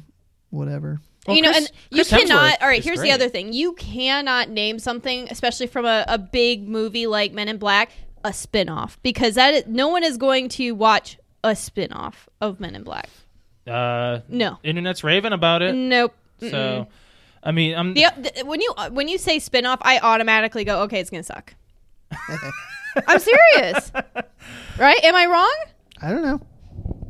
B: whatever.
C: Well,
A: you know,
C: Chris-
A: and you
C: Chris
A: cannot.
C: Hemsworth
A: All right,
C: is
A: here's
C: great.
A: the other thing: you cannot name something, especially from a, a big movie like Men in Black, a spinoff, because that is, no one is going to watch a spinoff of Men in Black.
C: Uh,
A: No.
C: Internet's raving about it.
A: Nope.
C: So, I mean, I'm
A: The, the, when you uh, when you say spinoff, I automatically go, okay, it's gonna suck. I'm serious, right? Am I wrong?
B: I don't know.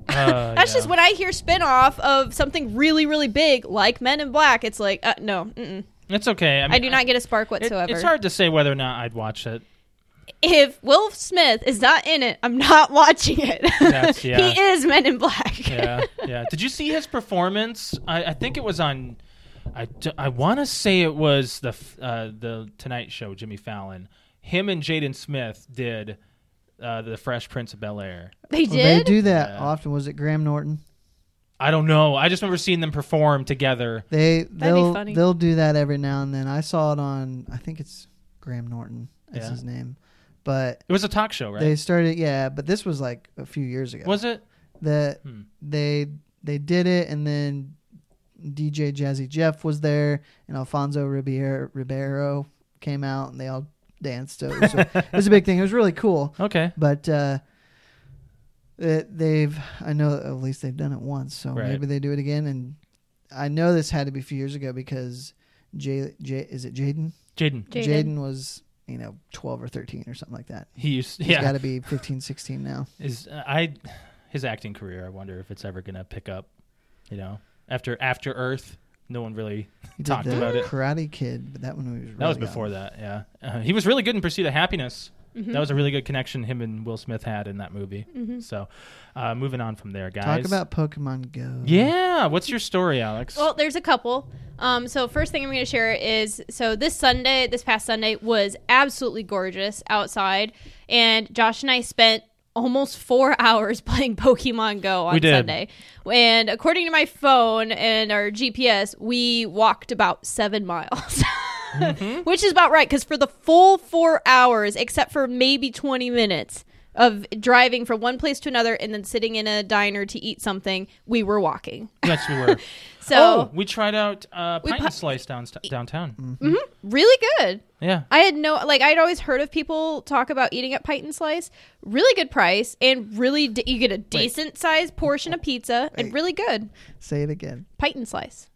C: uh,
A: That's
C: yeah.
A: just when I hear spinoff of something really, really big like Men in Black. It's like, uh, no, mm-mm.
C: It's okay. I, mean,
A: I do not get a spark
C: it-
A: whatsoever.
C: it's hard to say whether or not I'd watch it.
A: if Will Smith is not in it, I'm not watching it.
C: That's- yeah.
A: he is Men in Black.
C: Yeah, yeah. Did you see his performance? I, I think it was on. I, d- I want to say it was the f- uh, the Tonight Show. Jimmy Fallon, him and Jaden Smith did uh, the Fresh Prince of Bel Air.
A: they
B: Well, they
A: did.
B: do that
C: Yeah.
B: often. Was it Graham Norton?
C: I don't know. I just remember seeing them perform together.
B: They they'll
A: funny.
B: they'll do that every now and then. I saw it on I think it's Graham Norton is
C: Yeah.
B: his name, but
C: It was a talk show, right?
B: they started yeah. But this was like a few years ago.
C: was it?
B: that
C: Hmm.
B: they they did it and then DJ Jazzy Jeff was there and Alfonso Ribeiro, Ribeiro came out and they all danced. So it, was a, it was a big thing. It was really cool,
C: Okay.
B: but. uh it, they've I know at least they've done it once, so
C: Right.
B: maybe they do it again. And I know this had to be a few years ago because Jay, Jay is it Jaden?
C: Jaden.
A: Jaden.
B: Jaden was you know twelve or thirteen or something like that.
C: He used.
B: He's
C: yeah.
B: got to be 15, 16 now.
C: Is I his acting career? I wonder if it's ever gonna pick up. You know, after After Earth, no one really
B: He did
C: Talked
B: the
C: about it.
B: Karate Kid, but that one was really
C: That was
B: young.
C: before that, yeah. Uh, he was really good in Pursuit of Happiness.
A: Mm-hmm.
C: That was a really good connection him and Will Smith had in that movie. So, uh, moving on from there, guys.
B: Talk about Pokemon Go.
C: yeah. What's your story, Alex?
A: Well, there's a couple. Um, so first thing I'm going to share is so this Sunday, this past Sunday was absolutely gorgeous outside, and Josh and I spent almost four hours playing Pokemon Go on
C: We did.
A: Sunday. And according to my phone and our GPS, we walked about seven miles.
C: Mm-hmm.
A: Which is about right because for the full four hours, except for maybe 20 minutes of driving from one place to another and then sitting in a diner to eat something, we were walking.
C: yes, we were.
A: So
C: oh, we tried out uh,
A: We
C: pint
A: pu-
C: and slice down, downtown.
B: Mm-hmm.
A: really good.
C: Yeah.
A: I had no like I'd always heard of people talk about eating at Pint and Slice. Really good price and really d- you get a decent sized portion of pizza and
B: Wait.
A: really good
B: Say it again.
A: Pint and Slice.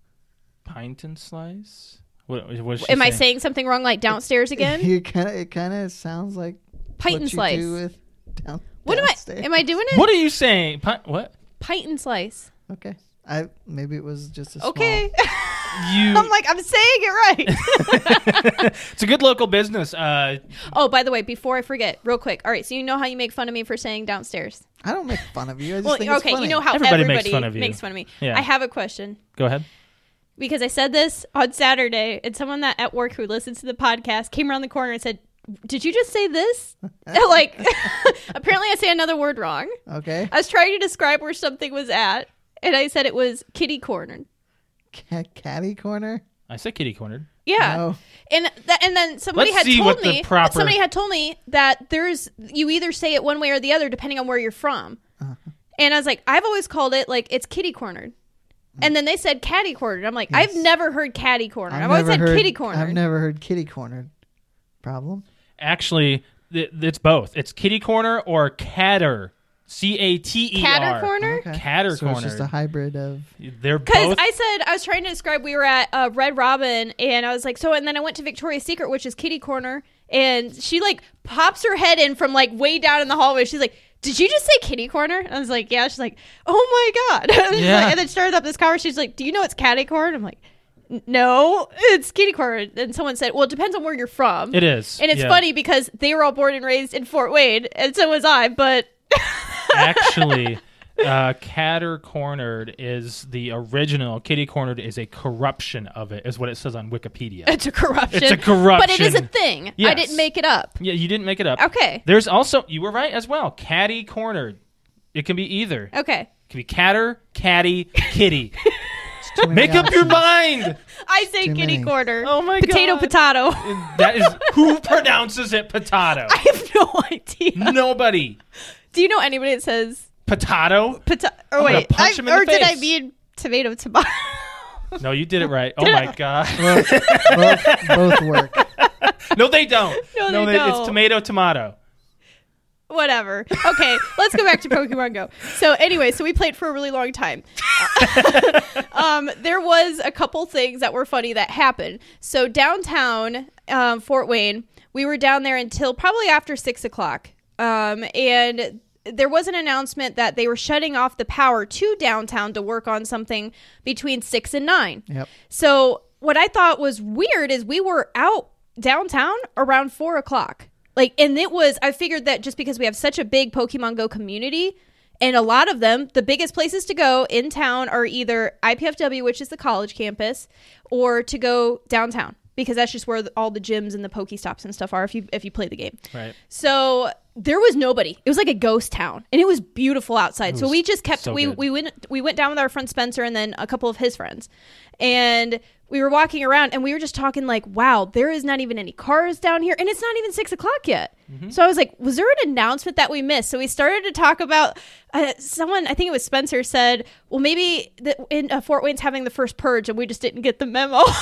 C: Pint and slice. What was she
A: Am I
C: saying?
A: saying something wrong like downstairs again?
B: You kind of it kind of sounds like
A: Pint
B: what
A: and
B: you
A: Slice.
B: do with down,
A: What am I
B: downstairs.
A: am I doing it?
C: What are you saying? Pi- what
A: Pint and Slice.
B: Okay. I maybe it was just a
A: Okay.
C: you?
A: I'm like I'm saying it right.
C: it's a good local business. Uh,
A: oh, by the way, before I forget, real quick. All right, so you know how you make fun of me for saying downstairs.
B: Small, I don't make fun of you. I just
A: Well,
B: think it's
A: okay,
B: funny.
A: you know how
C: Everybody
A: everybody,
C: makes fun of you.
A: makes fun of me.
C: Yeah.
A: I have a question.
C: go ahead.
A: because I said this on Saturday, and someone that at work who listens to the podcast came around the corner and said, "Did you just say this?" like, apparently, I say another word wrong.
B: Okay.
A: I was trying to describe where something was at, and I said it was kitty cornered.
B: Ca- Catty corner.
C: I said kitty cornered.
A: Yeah,
B: No.
A: and th- and then somebody
C: Let's
A: had
C: see
A: told
C: what the
A: me
C: proper-
A: somebody had told me that there's you either say it one way
B: Uh-huh.
A: or the other depending on where you're from, and I was like, I've always called it like it's kitty cornered. And then they said catty cornered. I'm like, I've
B: Yes.
A: never heard catty cornered. I've, always
B: never
A: had
B: heard-
A: kitty cornered.
B: I've never heard kitty cornered. Problem?
C: Actually, th- it's both. It's kitty corner or catter. C A T E R.
A: Catter corner?
B: Okay.
C: Catter
B: so it's just a
C: cornered.
B: hybrid of.
C: They're
A: Because
C: both.
A: I said I was trying to describe we were at uh, Red Robin and I was like so and then I went to Victoria's Secret which is Kitty Corner and she like pops her head in from like way down in the hallway she's like did you just say Kitty Corner and I was like yeah she's like oh my god She's like-
C: Yeah.
A: and then started up this conversation she's like do you know it's Catty Corner I'm like "N- no it's Kitty Corner and someone said well it depends on where you're from
C: it is.
A: and it's
C: yeah.
A: funny because they were all born and raised in Fort Wayne and so was I but
C: Actually, uh, catter cornered is the original. Kitty cornered is a corruption of it, is what it says on Wikipedia.
A: it's a corruption
C: It's a
A: but it is a
C: corruption.
A: thing I
C: Yes.
A: didn't make it up
C: yeah, you didn't make it up.
A: okay
C: There's also you were right as well. Catty cornered. It can be either. It
A: okay.
C: can be catter, catty, kitty.
B: it's too many
C: Make up your
B: options.
C: mind.
A: I say
B: Too
A: kitty
B: many.
A: corner.
C: Oh my
A: potato,
C: God.
A: potato.
C: That is who pronounces it potato.
A: I have no idea.
C: Nobody.
A: Do you know anybody that says
C: Potato.
A: potato? Or
C: gonna
A: wait,
C: punch
A: I-
C: him in the
A: or did I
C: face.
A: mean tomato, tomato?
C: No, you did it right. Oh my god.
B: both, both work.
C: No, they don't.
A: No, they don't.
C: It's tomato, tomato.
A: Whatever. Okay, let's go back to Pokemon Go. So anyway, so we played for a really long time. um, there was a couple things that were funny that happened. So downtown um, Fort Wayne, we were down there until probably after six o'clock, um, and there was an announcement that they were shutting off the power to downtown to work on something between six and nine.
B: Yep.
A: So what I thought was weird is we were out downtown around four o'clock. Like, and it was, I figured that just because we have such a big Pokemon Go community and a lot of them, the biggest places to go in town are either IPFW, which is the college campus, or to go downtown because that's just where the, all the gyms and the Pokestops and stuff are if you, if you play the game.
C: Right.
A: So there was nobody. It was like a ghost town, and it was beautiful outside. So
C: was
A: we just kept
C: so
A: we
C: good.
A: we went we went down with our friend Spencer and then a couple of his friends, and we were walking around and we were just talking like, wow, there is not even any cars down here, and it's not even six o'clock yet.
C: Mm-hmm.
A: So I was like, was there an announcement that we missed? So we started to talk about uh, someone. I think it was Spencer said, well, maybe the, in uh, Fort Wayne's having the first purge, and we just didn't get the memo.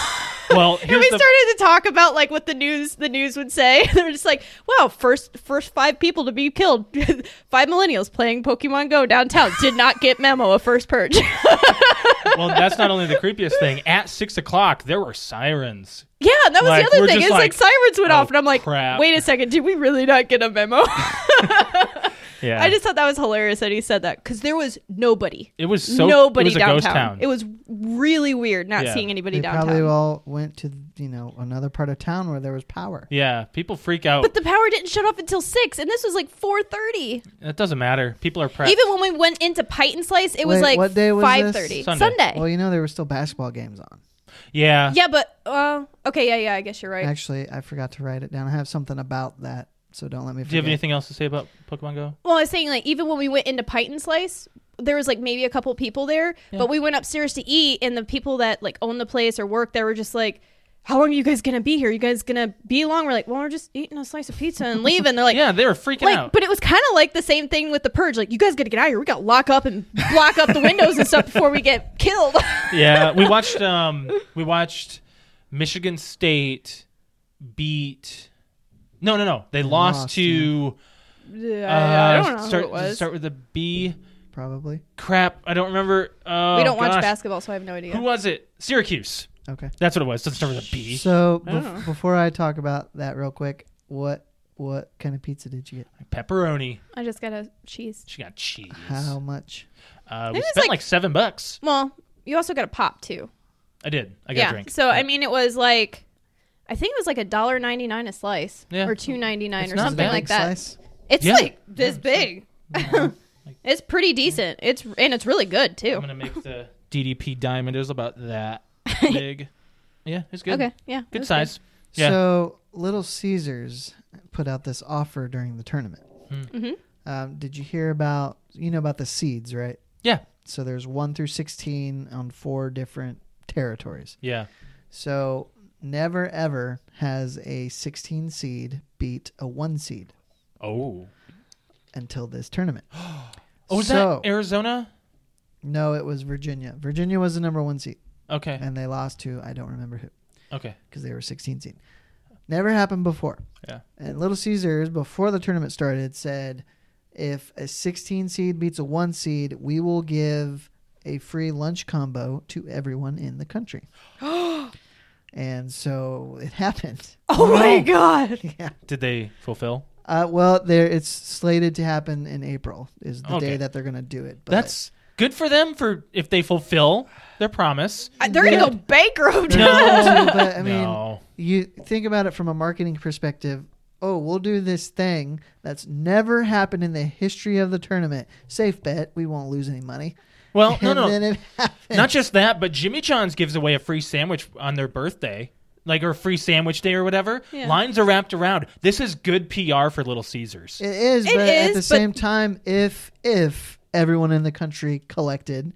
C: Well,
A: And
C: here's
A: we
C: the
A: started to talk about like what the news the news would say. They're just like, "Wow, first first five people to be killed, five millennials playing Pokemon Go downtown did not get memo of first purge."
C: well. That's not only the creepiest thing. At six o'clock, there were sirens.
A: yeah, and that was
C: Like,
A: the other
C: we're
A: thing. It's
C: just
A: like,
C: like,
A: sirens went
C: "Oh,
A: off, and I'm like,
C: crap."
A: "Wait a second, did we really not get a memo?"
C: Yeah.
A: I just thought that was hilarious that he said that because there was nobody,
C: It was so.
A: nobody
C: it was a
A: downtown.
C: Ghost town.
A: It was really weird not
C: Yeah.
A: seeing anybody
B: They
A: downtown.
B: probably all went to you know another part of town where there was power.
C: yeah. People freak out.
A: but the power didn't shut off until six, and this was like four thirty.
C: It doesn't matter. People are prepped.
A: Even when we went into Pite and Slice, it was Oh,
B: Wait,
A: like
B: what day was
A: five
B: this?
A: thirty Sunday.
C: Sunday.
B: Well, you know there were still basketball games on.
C: yeah.
A: yeah, but uh, okay, yeah, yeah. I guess you're right.
B: Actually, I forgot to write it down. I have something about that, so don't let me forget.
C: Do you have anything else to say about Pokemon Go?
A: Well, I was saying like even when we went into Pite and Slice, there was like maybe a couple people there, but we went upstairs to eat, and the people that like own the place or work there were just like. How long are you guys gonna be here? You guys gonna be long? We're like, well, we're just eating a slice of pizza and leaving. They're like,
C: Yeah, they were freaking
A: like,
C: out.
A: but it was kind of like the same thing with the purge. Like, you guys gotta get out of here. We gotta lock up and block up the windows and stuff before we get
C: Uh,
A: killed.
C: yeah, we watched um we watched Michigan State beat No, no, no. They, lost,
B: lost,
C: to
A: yeah,
C: uh,
A: I don't know who
C: start
A: it was.
C: start with a B.
B: Probably.
C: Crap, I don't remember. Oh,
A: we don't watch
C: gosh.
A: basketball, so I have no idea.
C: Who was it? Syracuse.
B: Okay.
C: That's what it was. Doesn't start with a B.
B: So
A: I don't know.
B: bef- before I talk about that real quick, what what kind of pizza did you get?
C: Pepperoni.
A: I just got a cheese.
C: She got cheese.
B: How much?
C: Uh,
A: It
C: we
A: was
C: spent
A: like-
C: like, seven bucks.
A: Well, you also got a pop too.
C: I did. I got
A: yeah.
C: a drink.
A: So I mean, it was like, I think it was like a dollar ninety nine a slice,
C: Yeah.
A: or two ninety nine,
C: It's
A: or
C: not
A: something
C: bad.
A: like
B: Big
A: that.
B: Slice?
A: It's
C: Yeah.
A: like this big. it's pretty decent. It's and it's really good
C: I'm
A: too.
C: gonna make the DDP diamond. It was about that big. Yeah, it's good.
A: Okay. Yeah. it
C: Good
A: was
C: size. Yeah.
B: So Little Caesars put out this offer during the tournament.
C: Hmm.
A: Mhm.
C: Mm-hmm.
B: Um, did you hear about you know about the seeds, right?
C: Yeah.
B: So there's one through sixteen on four different territories.
C: Yeah.
B: So never ever has a sixteen seed beat a one seed
C: Oh.
B: until this tournament.
C: Oh, is
B: So-
C: that Arizona?
B: No, it was Virginia. Virginia was the number one seed,
C: Okay.
B: and they lost to I don't remember who
C: Okay.
B: because they were 16 seed. Never happened before.
C: Yeah.
B: And Little Caesars before the tournament started said, if a 16 seed beats a one seed, we will give a free lunch combo to everyone in the country. and so it happened.
A: Oh my god.
B: Yeah.
C: Did they fulfill?
B: Uh, well, there it's slated to happen in April is the
C: Okay.
B: day that they're going to do it. But
C: That's good for them for if they fulfill their promise.
A: I- They're gonna go bankrupt.
C: No.
B: but I mean,
C: no.
B: you think about it from a marketing perspective. Oh, we'll do this thing that's never happened in the history of the tournament. Safe bet, we won't lose any money.
C: Well, Oh, no,
B: And
C: no.
B: Then it happened.
C: Not just that, but Jimmy John's gives away a free sandwich on their birthday, like or free sandwich day or whatever.
A: Yeah.
C: Lines are wrapped around. This is good PR for Little Caesars.
B: It is,
A: It
B: but
A: is,
B: at the
A: but-
B: same time, if if everyone in the country collected,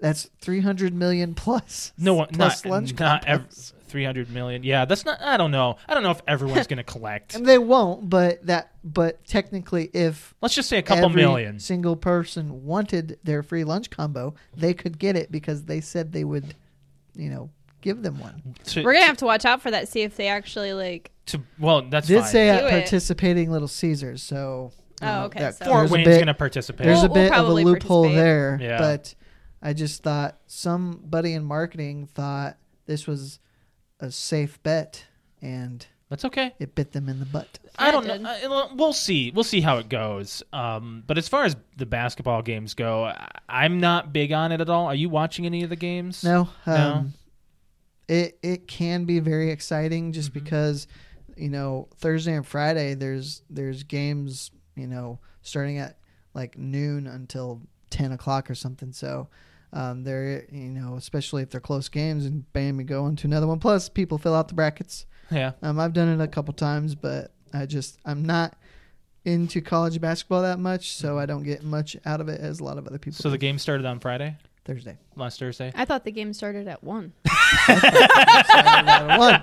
B: that's three hundred million plus.
C: no one,
B: plus
C: not,
B: lunch
C: not ev-
B: combos.
C: three hundred million. Yeah, that's not. I don't know. I don't know if everyone's going to collect.
B: And they won't, but that but technically, if
C: Let's just say a couple
B: every
C: million.
B: single person wanted their free lunch combo, they could get it because they said they would, you know, give them one.
C: To,
A: We're gonna have to watch out for that. See if they actually like.
C: to- well, that's
B: Did
C: fine.
B: say at
A: Do it.
B: participating Little Caesars, so
A: Oh,
B: you know,
A: okay,
B: that-
A: so-
C: Fort
B: there's a
C: Wayne's
B: bit-
C: going to participate.
B: there's
A: We'll- we'll
B: a bit of a
A: probably
B: loophole
A: participate.
B: there,
C: Yeah.
B: but I just thought somebody in marketing thought this was a safe bet, and
C: that's okay.
B: it bit them in the butt.
A: Yeah,
C: I
A: it
C: don't know.
A: did.
C: I- well, we'll see. We'll see how it goes. Um, but as far as the basketball games go, I, I'm not big on it at all. Are you watching any of the games?
B: No,
C: No.
B: um, it it can be very exciting just
C: Mm-hmm.
B: because you know Thursday and Friday there's there's games you know starting at like noon until ten o'clock or something. So um, they're you know especially if they're close games and bam you go into another one. Plus people fill out the brackets.
C: Yeah.
B: Um, I've done it a couple times, but I just I'm not into college basketball that much, so I don't get much out of it as a lot of other people.
C: Mm-hmm. So the
B: do.
C: game started on Friday,
B: Thursday.
C: last Thursday.
A: I thought the game started at one.
B: Started at one.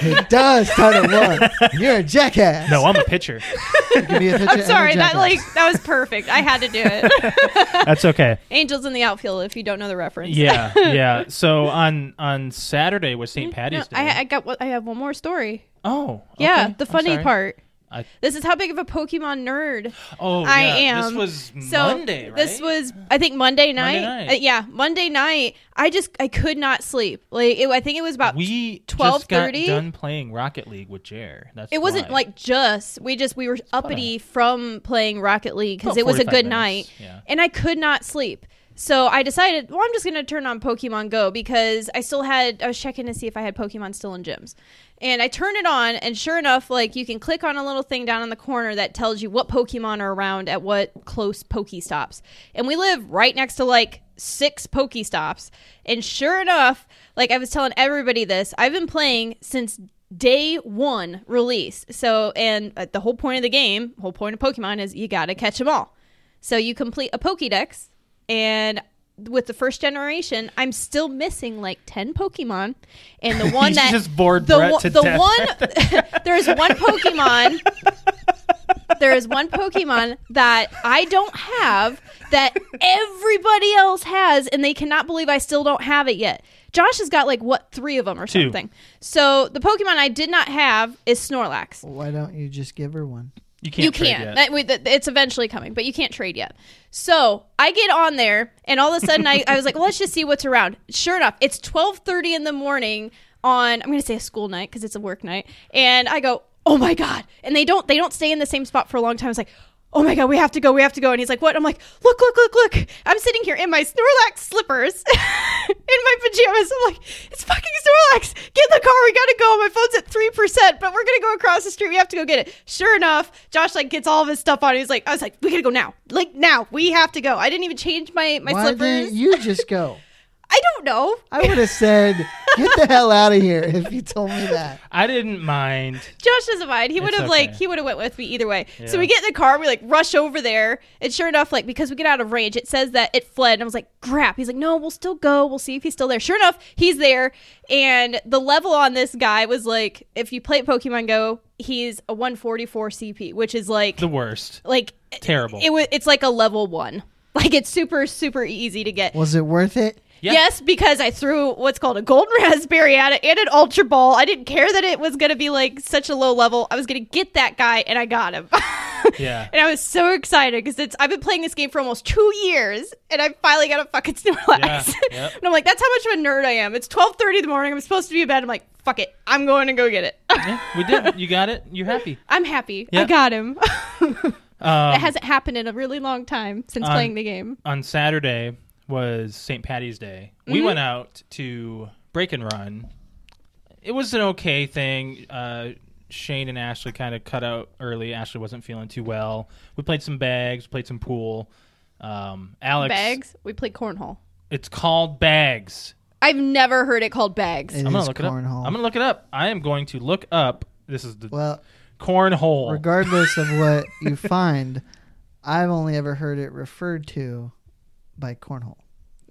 B: It does start at one. You're a jackass.
C: No, I'm a pitcher.
B: You can be a pitcher and
A: I'm
B: a
A: sorry. That
B: jackass.
A: like that was perfect. I had to do it.
C: That's okay.
A: Angels in the outfield. If you don't know the reference.
C: Yeah, yeah. So on on Saturday was St.
A: Mm, No,
C: Patty's Day.
A: I, I got. one- I have one more story.
C: oh, okay.
A: Yeah, the
C: I'm
A: funny
C: sorry.
A: part.
C: I-
A: this is how big of a Pokemon nerd
C: Oh,
A: I
C: yeah.
A: am.
C: This was
A: so
C: Monday, right?
A: This was, I think, Monday night.
C: night.
A: Uh, yeah, Monday night. I just, I could not sleep. Like, it, I think it was about.
C: we twelve
A: 12:30?
C: thirty done playing Rocket League with Jer. That's
A: it wasn't
C: why.
A: like just we just we were uppity from playing Rocket League because
C: About
A: it was a
C: 45
A: good
C: minutes,
A: night,
C: yeah.
A: and I could not sleep. So I decided, well, I'm just gonna turn on Pokemon Go because I still had I was checking to see if I had Pokemon still in gyms, and I turned it on, and sure enough, like you can click on a little thing down in the corner that tells you what Pokemon are around at what close Pokestops, and we live right next to like six Pokestops, and sure enough, like I was telling everybody this, I've been playing since day one release. So, and uh, the whole point of the game, whole point of Pokemon is you gotta catch them all. So you complete a Pokédex, and with the first generation, I'm still missing like ten Pokemon, and the one
C: He's
A: that
C: just bored
A: the
C: Brett
A: one-
C: to
A: the
C: death.
A: one there is one Pokemon. There is one Pokemon that I don't have that everybody else has, and they cannot believe I still don't have it yet. Josh has got like what three of them or
C: Two.
A: something. So the Pokemon I did not have is Snorlax
B: Why don't you just give her one?
C: you can't.
A: you
C: trade
A: can't.
C: yet.
A: That- we- that- it's eventually coming, but you can't trade yet. So I get on there, and all of a sudden I, I was like, well, let's just see what's around. Sure enough, it's twelve thirty in the morning on I'm going to say a school night because it's a work night, and I go, oh my god! And they don't they don't stay in the same spot for a long time. It's like. Oh my god, we have to go, we have to go. And he's like, What? I'm like, Look, look, look, look. I'm sitting here in my Snorlax slippers, in my pajamas. I'm like, It's fucking Snorlax. Get in the car, we gotta go. My phone's at 3%, but we're gonna go across the street. We have to go get it. Sure enough, Josh like gets all of his stuff on. He's like, I was like, we gotta go now. Like now, we have to go. I didn't even change my my
B: Why
A: slippers.
B: didn't you just go?
A: I don't know.
B: I would have said, get the hell out of here if you told me that.
C: I didn't mind.
A: Josh doesn't mind. He would have like
C: okay.
A: he would have went with me either way.
C: Yeah.
A: So we get in the car, we like rush over there, and sure enough, like because we get out of range, it says that it fled. And I was like, crap. He's like, no, we'll still go. We'll see if he's still there. Sure enough, he's there. And the level on this guy was like, if you play Pokemon Go, he's a 144 CP, which is like
C: The worst.
A: like
C: Terrible.
A: It was it's like a level one. Like it's super super easy to get.
B: Was it worth it?
C: Yeah.
A: Yes, because I threw what's called a golden raspberry at it and an ultra ball. I didn't care that it was going to be like such a low level. I was going to get that guy, and I got him.
C: Yeah.
A: and I was so excited because it's I've been playing this game for almost two years, and I finally got a fucking Snorlax.
C: Yeah, yep.
A: and I'm like, that's how much of a nerd I am. It's 12:30 in the morning. I'm supposed to be in bed. I'm like, fuck it, I'm going to go get it.
C: Yeah, we did. You got it. You're happy.
A: I'm happy. I
C: Yeah.
A: got him.
C: Um,
A: it hasn't happened in a really long time since
C: Um,
A: playing the game.
C: on Saturday was St. Patty's Day.
A: Mm-hmm.
C: We went out to Break and Run. It was an okay thing. Uh, Shane and Ashley kind of cut out early. Ashley wasn't feeling too well. We played some bags, played some pool. Um, Alex,
A: Bags. We played cornhole.
C: It's called bags.
A: I've never heard it called bags.
B: It
C: I'm gonna
B: is
C: look it up.
B: cornhole.
C: I'm gonna look it up. I am going to look up. This is the
B: Well,
C: cornhole.
B: regardless of what you find, I've only ever heard it referred to by cornhole.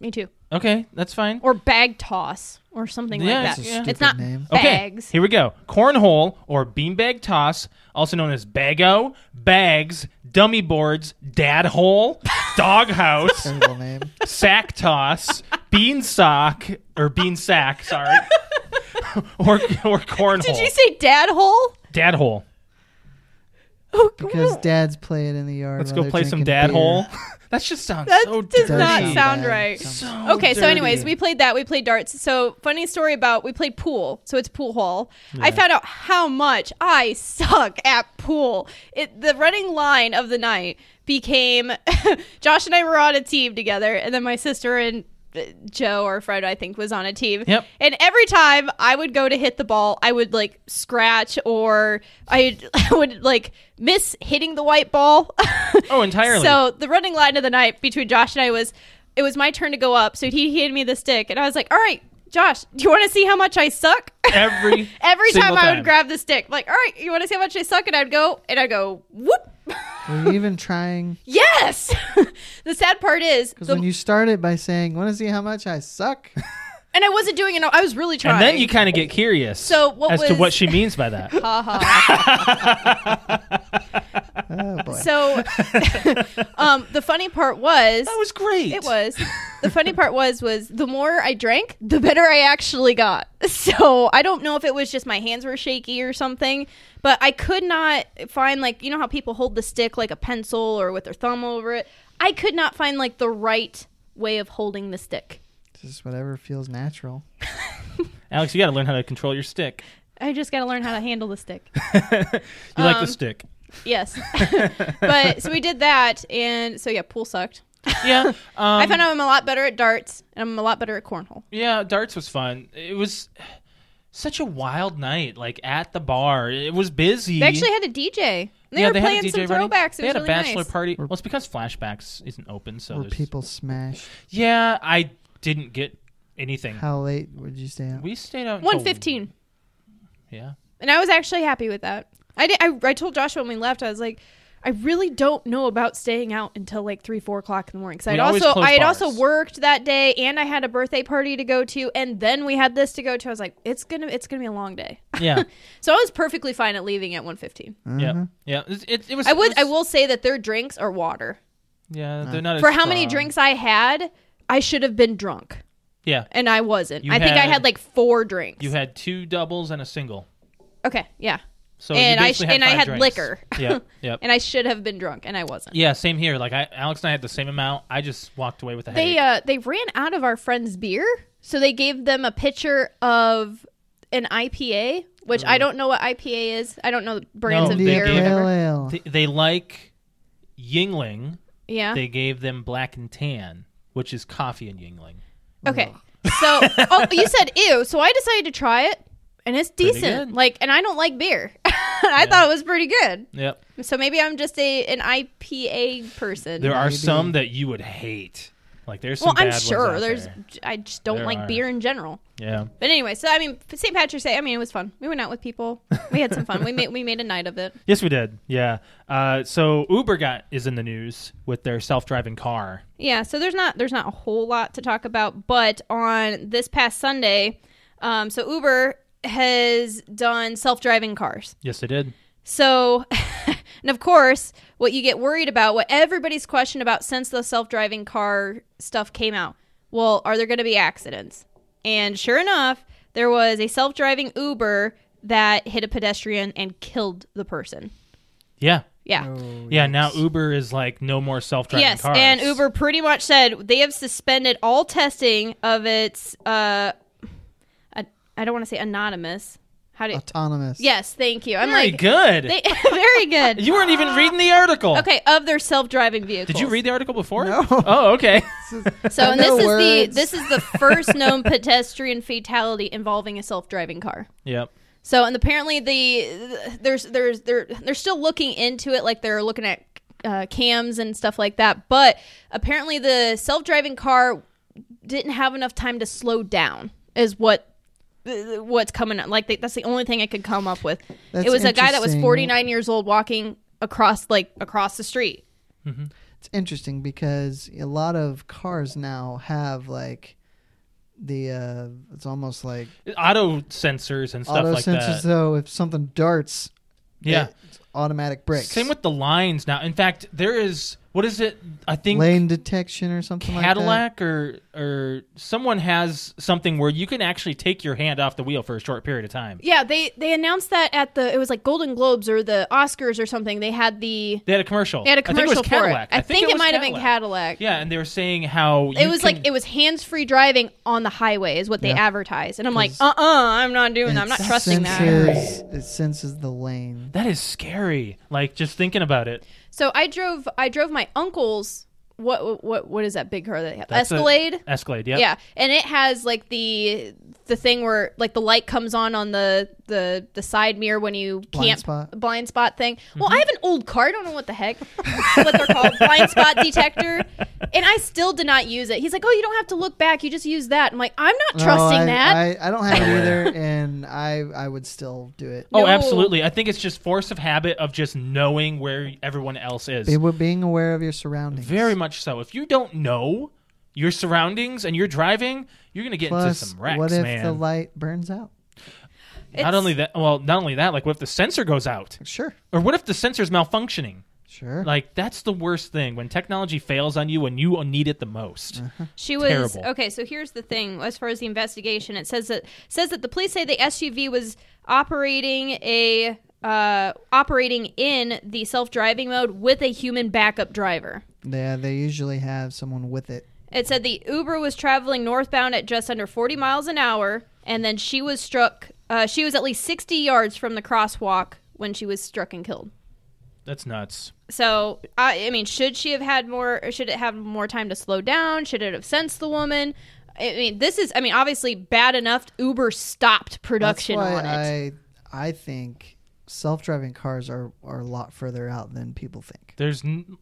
A: Me too.
C: okay, that's fine.
A: Or bag toss or something like
C: Yeah,
A: that.
C: it's a Yeah.
A: It's
B: stupid
A: not
B: name.
C: Okay,
A: bags.
C: here we go. Cornhole or beanbag toss, also known as bago, bags, dummy boards, dad hole, dog house,
B: Terrible name.
C: sack toss, bean sock or bean sack, sorry. or or cornhole.
A: Did you say dad hole?
C: dad hole.
A: Oh,
B: Because
A: cool.
B: dads play it in the yard.
C: Let's
B: while
C: go
B: they're
C: play some
B: drinking
C: dad
B: beer.
C: hole. that just sounds
A: That
C: so
A: does
C: dirty.
A: not
B: Dirty
A: sound
B: bad.
A: right.
B: Some-
C: So
A: Okay, so anyways,
C: Oh, dirty.
A: we played that. We played darts. So funny story about we played pool. So it's pool hall. I found out how much I suck at pool. It the running line of the night became Josh and I were on a team together, and then my sister and uh, Joe or Fred, I think, was on a team.
C: Yep.
A: And every time I would go to hit the ball, I would like scratch or I would like miss hitting the white ball.
C: Oh, entirely.
A: So the running line of the night between Josh and I was, it was my turn to go up. So he handed me the stick, and I was like, "All right, Josh, do you want to see how much I suck?"
C: every
A: Every time,
C: single
A: I would grab the stick, like, "All right, you want to see how much I suck?" And I'd go, and I'd go, "Whoop,
B: Were you even trying?
A: yes." the sad part is,
B: Because
A: the-
B: when you started by saying, "Want to see how much I suck?"
A: and I wasn't doing it. I was really trying.
C: And then you kind of get curious
A: So what
C: as to
A: was-
C: what she means by that.
A: Ha ha.
B: Oh boy.
A: so, um, the funny part was,
C: that was great.
A: It was. The funny part was was the more I drank, the better I actually got. So I don't know if it was just my hands were shaky or something, but I could not find like you know how people hold the stick like a pencil or with their thumb over it. I could not find like the right way of holding the stick.
B: Just whatever feels natural.
C: Alex, you got to learn how to control your stick.
A: I just got to learn how to handle the stick.
C: You like the
A: Um,
C: stick.
A: Yes. but so we did that and so yeah, pool sucked.
C: Yeah. Um,
A: I found out I'm a lot better at darts and I'm a lot better at cornhole.
C: yeah, darts was fun. It was such a wild night, like at the bar. It was busy.
A: They actually had a DJ. They
C: E? yeah,
A: were
C: they
A: playing
C: had a DJ
A: some
C: running.
A: throwbacks. It
C: they
A: was
C: had
A: really
C: a bachelor
A: nice.
C: party. Well, it's because flashbacks isn't open, so
B: Were
C: there's,
B: people smashed?
C: yeah, I didn't get anything.
B: How late would you stay out?
C: We stayed out until-
A: One fifteen,
C: Yeah,
A: and I was actually happy with that. I did. I, I told Joshua when we left, I was like, I really don't know about staying out until like three, four o'clock in the morning. Because I'd
C: We always
A: also
C: close
A: I had
C: bars.
A: also worked that day, and I had a birthday party to go to, and then we had this to go to. I was like, it's gonna it's gonna be a long day.
C: yeah,
A: So I was perfectly fine at leaving at one fifteen.
B: Mm-hmm.
C: yeah, yeah. It, it, it was.
A: I would
C: it
A: I
C: was-
A: will say that their drinks are water.
C: Yeah, they're not as
A: For how many
C: strong.
A: drinks I had, I should have been drunk,
C: Yeah,
A: and I wasn't.
C: You
A: I think I
C: had-
A: had like four drinks.
C: you had two doubles and a single.
A: okay, yeah,
C: So
A: And
C: you
A: I
C: basically
A: sh-
C: had
A: and I
C: five
A: had
C: drinks.
A: liquor.
C: Yeah, yeah.
A: and I should have been drunk, and I wasn't.
C: Yeah, same here. Like I, Alex and I had the same amount. I just walked away with a headache.
A: they uh they ran out of our friend's beer so they gave them a pitcher of an ipa which i don't know what ipa is i don't know the brands
C: Oh. No,
A: of
C: they
A: beer or
C: gave-
B: pale
A: whatever.
B: ale.
C: they, they like Yingling.
A: yeah
C: They gave them black and tan, which is coffee and Yingling.
A: okay so oh you said ew so i decided to try it and it's decent
C: good.
A: like and i don't like beer And i thought it was pretty good
C: Yep.
A: so maybe i'm just a an ipa person
C: There are
B: Maybe.
C: some that you would hate. Like there's some
A: well i'm
C: bad ones
A: sure
C: out
A: there's
C: there.
A: i just don't
C: There
A: like
C: are.
A: beer in general
C: yeah.
A: but anyway so i mean st patrick's day i mean it was fun we went out with people we had some fun we made we made a night of it
C: Yes, we did. Yeah. Uh, so Uber got is in the news with their self-driving car.
A: Yeah, so there's not there's not a whole lot to talk about, but on this past Sunday, um, so Uber has done self driving cars.
C: Yes, they did.
A: So, and of course, what you get worried about, what everybody's questioned about since the self driving car stuff came out well, are there going to be accidents? And sure enough, there was a self driving Uber that hit a pedestrian and killed the person.
C: Yeah.
A: Yeah.
B: Oh,
C: Yeah, now Uber is like no more self-driving
A: yes,
C: cars.
A: and Uber pretty much said they have suspended all testing of its. Uh, a- I don't want to say anonymous. How do you,
B: Autonomous.
A: yes? Thank you. I'm
C: Very
A: like
C: good.
A: They, very good.
C: Oh you weren't even reading the article.
A: okay, of their self-driving vehicles.
C: Did you read the article before?
B: No.
C: Oh, okay.
A: So, and this
B: No
A: is
B: words.
A: the this is the first known pedestrian fatality involving a self-driving car.
C: yep.
A: So, and apparently the there's there's they're they're still looking into it, like they're looking at uh, cams and stuff like that. But apparently, the self-driving car didn't have enough time to slow down. Is what what's coming up. Like they, that's the only thing I could come up with.
B: That's
A: it was a guy that was
B: interesting.
A: 49 years old walking across like across the street.
B: It's interesting because a lot of cars now have like the uh it's almost like
C: Auto sensors and stuff
B: auto
C: like
B: sensors
C: that.
B: though if something darts
C: yeah.
B: it's automatic brakes.
C: Same with the lines now. In fact, there is what is it? I think
B: lane detection or something like
C: Cadillac or or someone has something where you can actually take your hand off the wheel for a short period of time.
A: Yeah, they they announced that at the it was like Golden Globes or the Oscars or something. They had the
C: They had a commercial.
A: they had a
C: I
A: commercial
C: think it was
A: for
C: Cadillac.
A: it. I, think, it,
C: was
A: might have been Cadillac.
C: Yeah, and they were saying how you
A: it was
C: can-
A: like it was hands free driving on the highway is what they
B: Yeah.
A: advertised, and I'm like, uh uh-uh, i am not doing
B: that.
A: that. I'm not
B: It
A: trusting that.
B: senses, It senses the lane.
C: that is scary. Like just thinking about it.
A: So I drove I drove my uncle's what what what is that big car that they have?
C: That's a-
A: Escalade.
C: Escalade. Yep.
A: Yeah, and it has like the the thing where like the light comes on on the the the side mirror when you
B: Blind
A: can't
B: spot. Mm-hmm.
A: blind spot thing. Well, I have an old car. I don't know what the heck what they're called blind spot detector, and I still did not use it. He's like, oh, you don't have to look back. You just use that. I'm like, I'm not
B: No,
A: trusting
B: Oh, I,
A: that.
B: I, I don't have it either, and I I would still do it.
C: Oh,
A: No.
C: absolutely. I think it's just force of habit of just knowing where everyone else is.
B: Be- being aware of your surroundings.
C: Very much so. If you don't know your surroundings and you're driving, you're gonna get
B: Plus,
C: into some wrecks,
B: what if
C: man.
B: the light burns out?
A: It's-
C: not only that, well, not only that, like what if the sensor goes out,
B: Sure,
C: or what if the sensor's malfunctioning?
B: sure.
C: Like that's the worst thing when technology fails on you when you need it the most.
B: Uh-huh.
A: She was
C: Terrible.
A: okay. So here's the thing: as far as the investigation, it says that says that the police say the SUV was operating a uh, operating in the self driving mode with a human backup driver.
B: yeah, they usually have someone with it.
A: It said the Uber was traveling northbound at just under 40 miles an hour, and then she was struck. Uh, she was at least 60 yards from the crosswalk when she was struck and killed.
C: That's nuts.
A: So, I, I mean, should she have had more? Or should it have more time to slow down? Should it have sensed the woman? I mean, this is. I mean, obviously bad enough. Uber stopped
B: That's
A: production
B: why
A: on it.
B: I I think self-driving cars are are a lot further out than people think.
C: There's, n-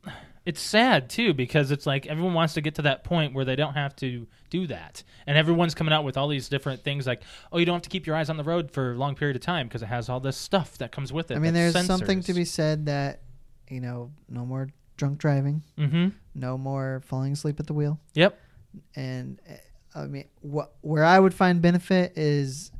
C: it's sad too because it's like everyone wants to get to that point where they don't have to do that, and everyone's coming out with all these different things like, oh, you don't have to keep your eyes on the road for a long period of time because it has all this stuff that comes with it.
B: I mean,
C: that's
B: there's something
C: sensors.
B: to be said that you know, no more drunk driving,
C: Mm-hmm.
B: no more falling asleep at the wheel,
C: Yep.
B: and eh, I mean, what where I would find benefit is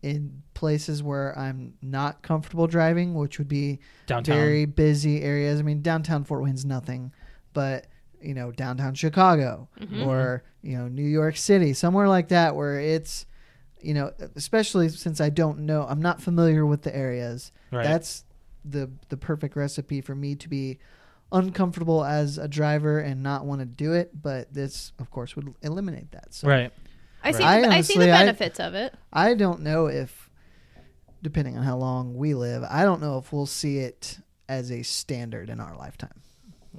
B: in places where I'm not comfortable driving, which would be
C: Downtown.
B: very busy areas. I mean, downtown Fort Wayne's nothing, but you know, downtown Chicago or you know, New York City, somewhere like that where it's you know, especially since I don't know, I'm not familiar with the areas.
C: Right.
B: That's the the perfect recipe for me to be uncomfortable as a driver and not want to do it, but this of course would eliminate that. So
C: right.
A: I see.
B: Right.
A: the,
B: I
A: I see the
B: honestly- I-
A: benefits of it.
B: I don't know if, depending on how long we live, I don't know if we'll see it as a standard in our lifetime.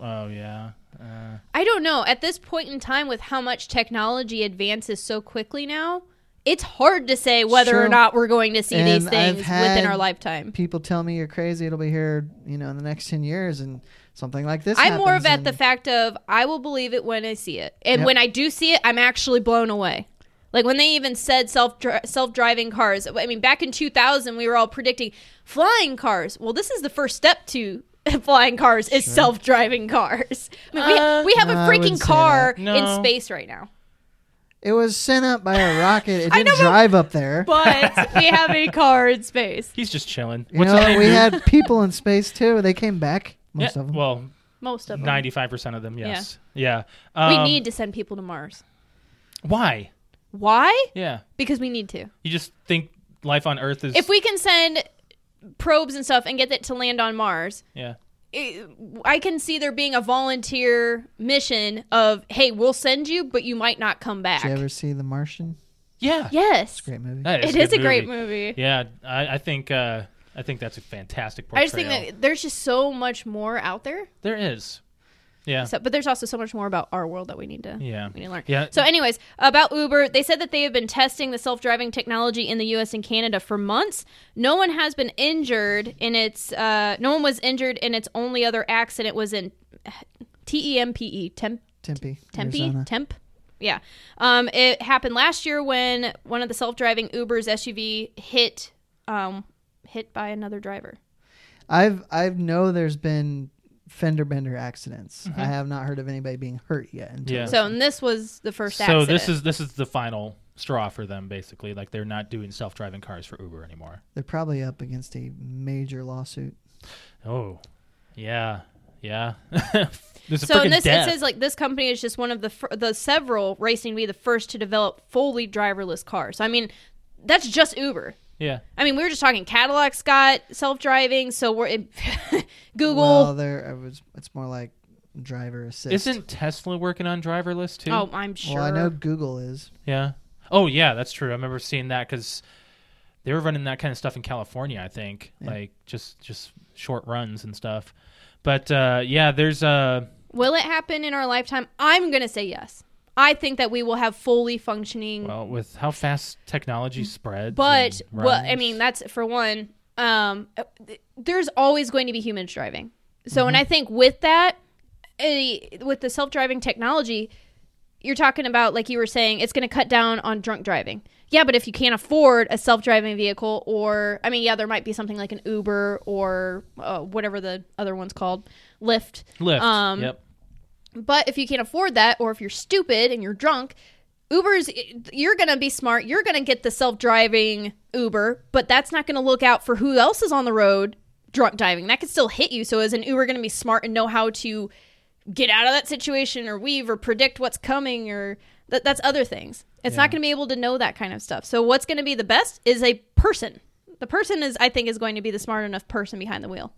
C: Oh yeah. Uh,
A: I don't know. At this point in time, with how much technology advances so quickly now, it's hard to say whether
B: Sure.
A: or not we're going to see
B: And
A: these things
B: I've had-
A: within our lifetime.
B: People tell me you're crazy; it'll be here, you know, in the next ten years, and something like this.
A: I'm more of
B: happens
A: at the
B: and-
A: fact of I will believe it when I see it, and
B: Yep.
A: when I do see it, I'm actually blown away. Like when they even said self self driving cars. I mean, back in 2000, we were all predicting flying cars. Well, this is the first step to flying cars is self driving cars. I mean, we, we have a
B: I
A: freaking
B: wouldn't say
A: car
C: that. No.
A: in space right now.
B: It was sent up by a rocket. It
A: I
B: didn't
A: know, but-
B: drive up there.
A: But we have a car in space.
C: He's just chilling.
B: you know, we had people in space too. They came back. Most
C: yeah,
B: of Um, them.
C: Well,
A: Most of them.
C: ninety-five percent of them. Yes. Yeah.
A: we
C: Um,
A: need to send people to Mars.
C: Why?
A: Why?
C: Yeah.
A: Because we need to.
C: You just think life on Earth is.
A: If we can send probes and stuff and get it to land on Mars,
C: yeah.
A: it, I can see there being a volunteer mission of, hey, we'll send you, but you might not come back.
B: Did you ever see The Martian?
C: Yeah.
A: Yes.
B: Great movie.
C: That
A: It
C: good
A: is a great movie.
C: Yeah, I, I think uh, I think that's a fantastic portrayal.
A: I just think that there's just so much more out there.
C: there is. Yeah.
A: So, but there's also so much more about our world that we need to
C: Yeah.
A: we need to learn.
C: Yeah.
A: So, anyways, about Uber, they said that they have been testing the self-driving technology in the U.S. and Canada for months. No one has been injured in its. Uh, no one was injured in its only other accident was in T E M P E Temp
B: Tempe.
A: Tempe
B: Arizona.
A: Temp. Yeah, um, it happened last year when one of the self-driving Uber's SUV hit um, hit by another driver.
B: I've I've know there's been fender bender accidents. I have not heard of anybody being hurt yet. Until
C: Mm-hmm. Yeah.
A: So, and this was the first.
C: So
A: accident.
C: this is this is the final straw for them, basically. Like they're not doing self-driving cars for Uber anymore.
B: They're probably up against a major lawsuit.
C: Oh, yeah, yeah. There's a
A: So in
C: freaking
A: this,
C: death.
A: it says like this company is just one of the fir- the several racing to be the first to develop fully driverless cars. So I mean, that's just Uber.
C: yeah,
A: I mean, we were just talking Cadillac's got self driving, so we're in
B: Well,
A: Google.
B: there I was. It's more like driver assist.
C: isn't Tesla working on driverless too?
A: oh, I'm sure.
B: Well, I know Google is.
C: yeah. Oh, yeah, that's true. I remember seeing that because they were running that kind of stuff in California. I think like just just short runs and stuff. But uh, yeah, there's uh,
A: Will it happen in our lifetime? I'm gonna say yes. I think that we will have fully functioning.
C: well mm, with how fast technology
A: Mm-hmm.
C: spreads.
A: but
C: and
A: well, I
C: runs.
A: mean, that's for one. Um, th- there's always going to be humans driving. So, and I think with that, a, with the self-driving technology, you're talking about like you were saying, it's going to cut down on drunk driving. Yeah, but if you can't afford a self-driving vehicle, or I mean, yeah, there might be something like an Uber or uh, whatever the other one's called, Lyft.
C: Lyft.
A: um,
C: yep.
A: But if you can't afford that, or if you're stupid and you're drunk, Uber's you're gonna be smart. You're gonna get the self driving Uber, but that's not gonna look out for who else is on the road drunk driving. That could still hit you. So is an Uber gonna be smart and know how to get out of that situation or weave or predict what's coming or th- that's other things. It's
C: Yeah.
A: not gonna be able to know that kind of stuff. So what's gonna be the best is a person. The person is, I think, is going to be the smart enough person behind the wheel.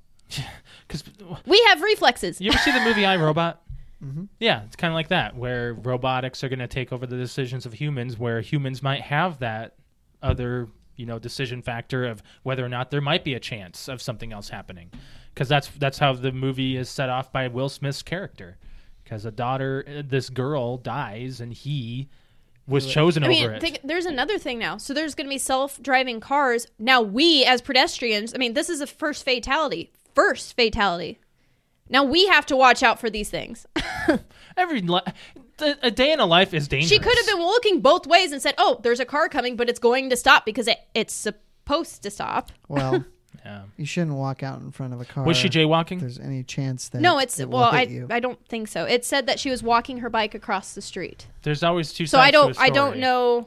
C: Because
A: We have reflexes.
C: You ever see the movie I Robot?
A: Mm-hmm.
C: Yeah, it's kind of like that, where robotics are going to take over the decisions of humans, where humans might have that other, you know, decision factor of whether or not there might be a chance of something else happening, because that's that's how the movie is set off by Will Smith's character, because a daughter, uh, this girl dies, and he was chosen
A: I mean,
C: over it.
A: think, there's another thing now. So there's going to be self-driving cars. Now we, as pedestrians, I mean, this is the first fatality. First fatality. Now we have to watch out for these things.
C: Every li- th- a day in a life is dangerous.
A: she could have been looking both ways and said, "Oh, there's a car coming, but it's going to stop because it, it's supposed to stop."
B: Well,
C: Yeah.
B: you shouldn't walk out in front of a car.
C: Was she
B: if
C: jaywalking?
B: There's any chance that
A: No, it's
B: it will
A: well,
B: hit
A: I
B: you.
A: I don't think so. It said that she was walking her bike across the street.
C: There's always two.
A: So
C: sides
A: I
C: To a
A: don't
C: story.
A: I don't know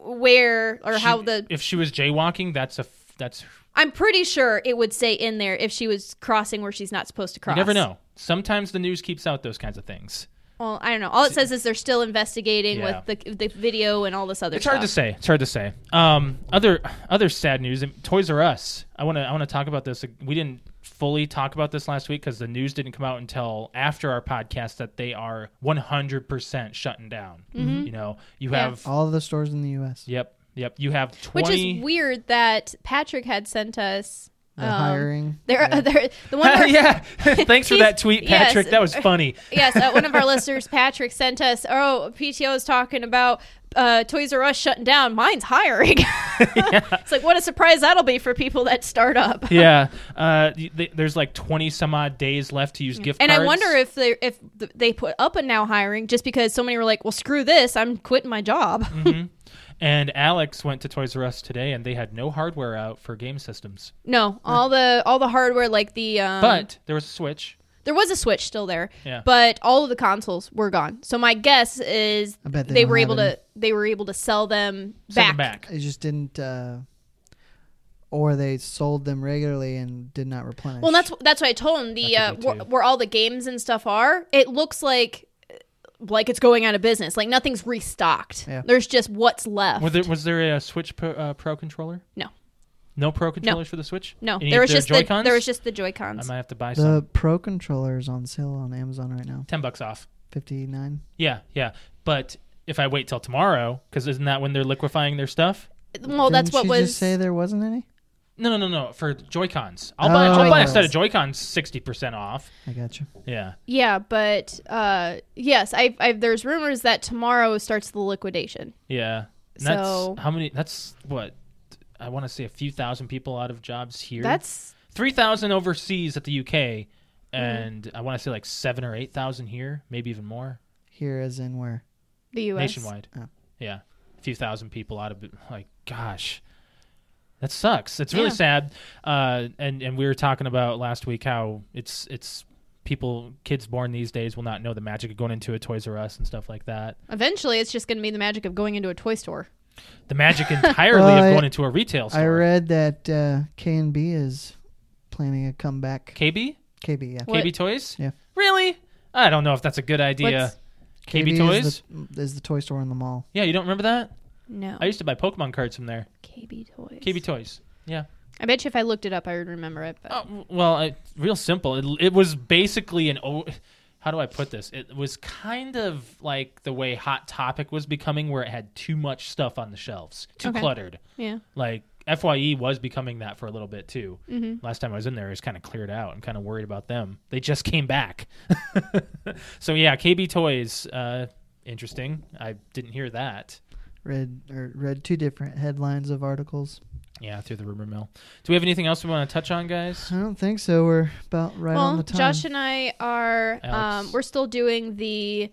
A: where or
C: She-
A: how the
C: if she was jaywalking, that's a f- that's
A: I'm pretty sure it would say in there if she was crossing where she's not supposed to cross.
C: You never know. Sometimes the news keeps out those kinds of things.
A: Well, I don't know. All it says is they're still investigating
C: Yeah.
A: with the, the video and all this other
C: It's
A: stuff.
C: hard to say. It's hard to say. Um, other other sad news. and Toys R Us. I want to I want to talk about this. uh, We didn't fully talk about this last week because the news didn't come out until after our podcast that they are 100% shutting down. You know, you
A: Mm-hmm. Yeah.
C: have
B: all of the stores in the U.S.
C: yep, yep. You have 20
A: Which is weird that Patrick had sent us.
B: The
A: um,
B: hiring.
A: There, there, the one. Where,
C: yeah. Thanks for
A: He's-
C: that tweet,
A: yes.
C: Patrick. That was funny.
A: Yes, uh, one of our listeners, Patrick, sent us. Oh, PTO is talking about uh, Toys R Us shutting down. Mine's hiring. It's like what a surprise that'll be for people that start up.
C: yeah. Uh, y- th- there's like 20 some odd days left to use gift
A: Mm. And
C: cards.
A: I wonder if they if th- they put up a now hiring just because so many were like, "Well, screw this, I'm quitting my job."
C: Mm-hmm. And Alex went to Toys R Us today, and they had no hardware out for game systems.
A: No, all the all the hardware like the um,
C: But there was a Switch.
A: There was a Switch still there,
C: Yeah.
A: but all of the consoles were gone. So my guess is
B: I bet they
A: they,
B: don't
A: were
B: have
A: able
B: any.
A: to they were able to sell them
C: Send
A: back.
C: them back.
B: It just didn't, uh, or they sold them regularly and did not replenish.
A: Well, that's that's what I told him. The uh,
C: That could be
A: where,
C: too.
A: where all the games and stuff are, it looks like like it's going out of business. Like nothing's restocked.
B: Yeah.
A: There's just what's left.
C: Were there, was there a Switch Pro, uh, Pro controller?
A: No.
C: No Pro controllers for the Switch?
A: no,
C: Any
A: there
C: of
A: was
C: their
A: just the
C: Joy-Cons?
A: there was just the
C: I
A: Joy-Cons.
C: might have to buy some.
B: the Pro controller is on sale on Amazon right now.
C: Ten bucks off.
B: Fifty nine.
C: Yeah, yeah. But if I wait till tomorrow, because isn't that when they're liquefying their stuff?
A: well, Oh, that's
B: Didn't
A: what
B: she
A: was
B: Just say there wasn't any.
C: No, no, no, no. For Joy Cons, I'll buy. I'll
B: Oh.
C: buy a set of Joy Cons sixty percent off.
B: I got you.
C: Yeah.
A: Yeah, but uh, yes, I, I there's rumors that tomorrow starts the liquidation.
C: Yeah. And that's
A: So-
C: how many that's what I want to say a few thousand people out of jobs here.
A: That's Mm-hmm.
C: 3,000 overseas at the UK and I want to say like 7 or 8,000 here, maybe even more
B: Here as in where?
A: the U.S.
C: nationwide.
B: Oh.
C: Yeah. A few thousand people out of like gosh. That sucks. It's really
A: Yeah.
C: sad. Uh and and we were talking about last week how it's it's people kids born these days will not know the magic of going into a Toys R Us and stuff like that.
A: Eventually, it's just going to be the magic of going into a toy store.
C: The magic entirely
B: Well,
C: of
B: I-
C: going into a retail store.
B: I read that uh, K and B is planning a comeback.
C: KB?
B: KB, yeah.
A: What-
C: KB Toys?
B: Yeah.
C: Really? I don't know if that's a good idea.
A: What's-
C: KB,
B: is
C: Toys?
B: the- is the toy store in the mall.
C: Yeah, you don't remember that?
A: No,
C: I used to buy Pokemon cards from there.
A: KB toys.
C: KB Toys. Yeah.
A: I bet you if I looked it up, I would remember it. But
C: Oh, w- well, I, real simple. It, it was basically an. O- how do I put this? It was kind of like the way Hot Topic was becoming, where it had too much stuff on the shelves, too
A: Okay.
C: cluttered.
A: yeah,
C: Like Fye was becoming that for a little bit too.
A: Mm-hmm.
C: Last time I was in there, it was kind of cleared out. I'm kind of worried about them. They just came back. so yeah, KB Toys. Uh, interesting. I didn't hear that.
B: Read or read two different headlines of articles.
C: Yeah, through the rumor mill. Do we have anything else we want to touch on, guys?
A: Mm.
B: I don't think so. We're about right on
A: well,
B: the time.
A: Josh and I are
C: Alex.
A: um, we're still doing the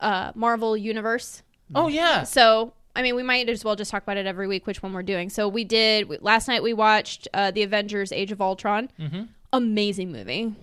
A: uh, Marvel universe.
C: Oh yeah,
A: So, I mean, we might as well just talk about it every week, which one we're doing. So, we did we, last night. We watched uh, the Avengers: Age of Ultron. Mm-hmm. Amazing movie.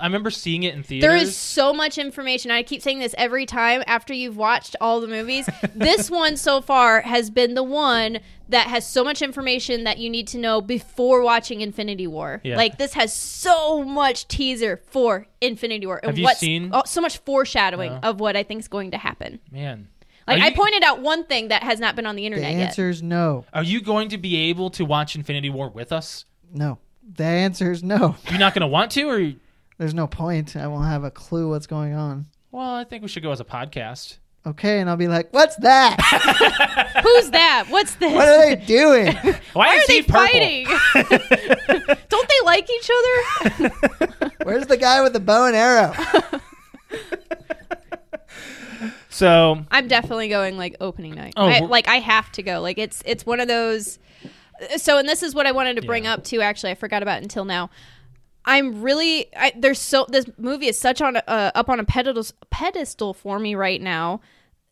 C: I remember seeing it in theaters.
A: There is so much information. I keep saying this every time after you've watched all the movies. this one so far has been the one that has so much information that you need to know before watching Infinity War.
C: Yeah.
A: Like this has so much teaser for Infinity War and
C: Have you
A: what's
C: seen-
A: oh, so much foreshadowing
C: No.
A: of what I think is going to happen.
C: Man,
A: Like
C: are
A: I
C: you-
A: pointed out one thing that has not been on the
B: The
A: internet yet.
B: answer is no,
C: Are you going to be able to watch Infinity War with us?
B: no. The answer is no.
C: You're not going to want to, or
B: There's no point. I won't have a clue what's going on.
C: well, I think we should go as a podcast.
B: Okay, and I'll be like, "What's that?
A: Who's that? What's this?
B: What are they doing?"
C: Why,
A: Why
C: is
A: are
C: he
A: they
C: purple?
A: fighting? Don't they like each other?
B: Where's the guy with the bow and arrow?
C: So
A: I'm definitely going like opening night.
C: Oh,
A: I,
C: we're-
A: like I have to go. Like it's it's one of those. So and this is what I wanted to bring
C: Yeah.
A: up too. Actually, I forgot about until now. I'm really I, there's so this movie is such on a, uh, up on a pedestal pedestal for me right now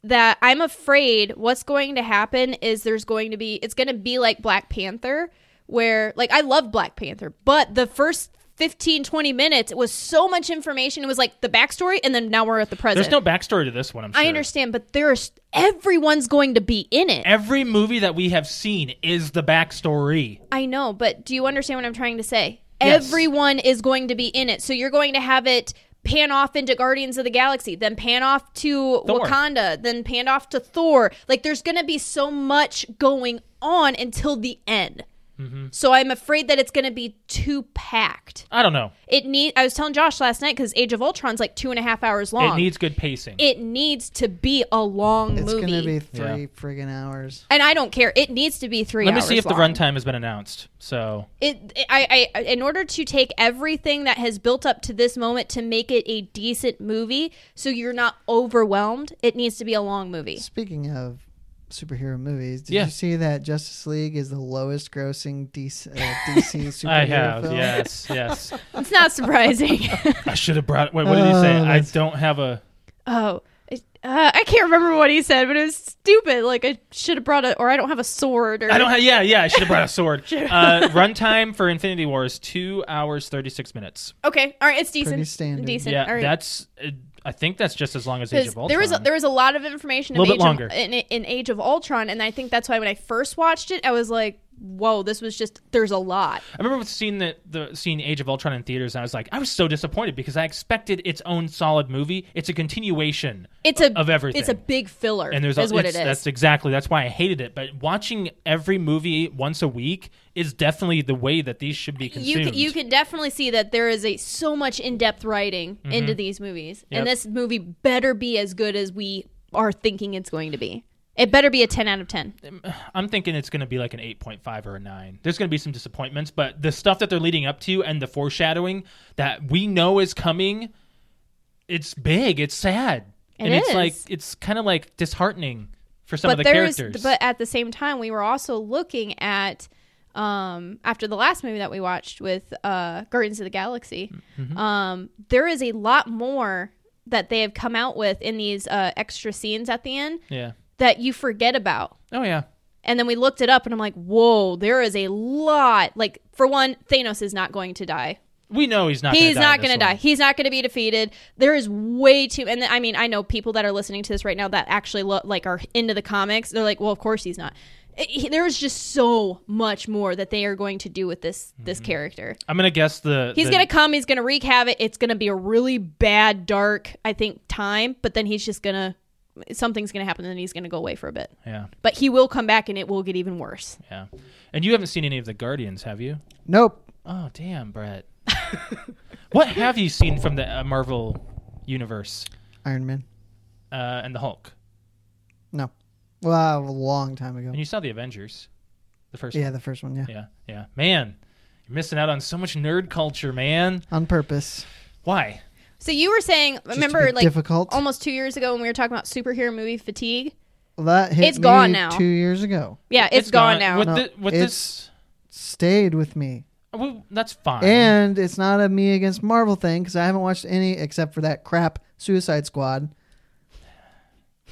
A: that I'm afraid what's going to happen is there's going to be it's going to be like Black Panther where like I love Black Panther but the first 15 20 minutes it was so much information it was like the backstory and then now we're at the present
C: there's no backstory to this one. I'm sure.
A: I understand, but there's everyone's going to be in it.
C: Every movie that we have seen is the backstory.
A: I know, but do you understand what I'm trying to say?
C: Yes.
A: Everyone is going to be in it. So you're going to have it pan off into Guardians of the Galaxy, then pan off to
C: Thor.
A: Wakanda, then pan off to Thor. Like there's going to be so much going on until the end.
C: Mm-hmm.
A: So I'm afraid that it's going to be too packed.
C: I don't know.
A: It need. I was telling Josh last night because Age of Ultron's like two and a half hours long.
C: It needs good pacing.
A: It needs to be a long
B: It's
A: movie.
B: gonna be
C: Yeah.
B: three friggin' hours.
A: and I don't care. It needs to be three.
C: Let me
A: hours
C: see if the
A: long.
C: runtime has been announced. So
A: It, it- I, I, in order to take everything that has built up to this moment to make it a decent movie, so you're not overwhelmed. It needs to be a long movie.
B: Speaking of superhero movies, did
C: Yeah.
B: you see that Justice League is the lowest grossing DC, uh, DC superhero
C: I have
B: film?
C: yes, yes.
A: It's not surprising.
C: I should have brought. Wait, what did he
B: Oh,
C: say? I
B: that's-
C: don't have a.
A: oh, it- Uh, I can't remember what he said, but it was stupid. Like I should have brought a, or I don't have a sword, or
C: I don't have. Yeah, yeah. I should have brought a sword. uh, runtime for Infinity War is two hours thirty six minutes.
A: Okay, all right, it's decent.
B: Pretty standard.
A: Decent.
C: yeah,
A: all right.
C: that's. Uh, I think that's just as long as Age
A: 'Cause
C: of Ultron.
A: there was a, there was a lot of information
C: A little
A: of
C: bit
A: Age
C: longer.
A: Of, in, in Age of Ultron, and I think that's why when I first watched it, I was like, "Whoa, this was just there's a lot."
C: I remember seeing the, the seeing Age of Ultron in theaters, and I was like, I was so disappointed because I expected its own solid movie. It's a continuation.
A: It's a
C: Of everything.
A: It's a big filler,
C: and there's
A: is what it
C: it's-
A: is.
C: That's exactly that's why I hated it. But watching every movie once a week is definitely the way that these should be
A: You
C: consumed.
A: can, you can definitely see that there is a so much in depth writing into these movies,
C: Mm-hmm. Yep.
A: and this movie better be as good as we are thinking it's going to be. It better be a ten out of ten.
C: I'm thinking it's going to be like an 8.5 or a 9. There's going to be some disappointments, but the stuff that they're leading up to and the foreshadowing that we know is coming, it's big, it's sad.
A: It
C: and it's
A: is.
C: like it's kind of like disheartening for some of the
A: there is-
C: characters.
A: but at the same time, we were also looking at um, after the last movie that we watched with uh, Guardians of the Galaxy.
C: Mm-hmm.
A: Um, there is a lot more that they have come out with in these uh, extra scenes at the end
C: yeah.
A: that you forget about.
C: Oh yeah.
A: And then we looked it up, and I'm like, whoa, there is a lot. Like for one, Thanos is not going to die.
C: We know he's not
A: He's
C: gonna die
A: not
C: in
A: going to
C: this
A: die.
C: one.
A: He's not going to be defeated. There is way too, and I mean, I know people that are listening to this right now that actually lo- like are into the comics. They're like, well, of course he's not. It- he- there is just so much more that they are going to do with this
C: Mm-hmm.
A: this character.
C: I'm going to guess the
A: He's
C: the-
A: going to come. He's going to wreak havoc. It's going to be a really bad, dark, I think, time. But then he's just going to something's going to happen, and then he's going to go away for a bit.
C: Yeah.
A: But he will come back, and it will get even worse.
C: Yeah. And you haven't seen any of the Guardians, have you?
B: Nope.
C: Oh, damn, Brett. what have you seen from the uh, Marvel universe
B: Iron Man.
C: uh, and the Hulk?
B: No. Well, a long time ago.
C: And you saw the Avengers, the first
B: Yeah, the first one. Yeah.
C: Yeah, yeah. Man, you're missing out on so much nerd culture, man.
B: On purpose.
C: Why?
A: So you were saying,
B: Just to
A: remember,
B: be
A: like
B: difficult.
A: almost two years ago when we were talking about superhero movie fatigue.
B: that hit
A: It's
B: me
A: gone now.
B: Two years ago,
A: Yeah, it's gone, now.
C: With,
B: No,
C: thi- with
B: it's-
C: this, uh,
B: stayed with me,
C: well, that's fine.
B: and it's not a me against Marvel thing because I haven't watched any except for that crap Suicide Squad.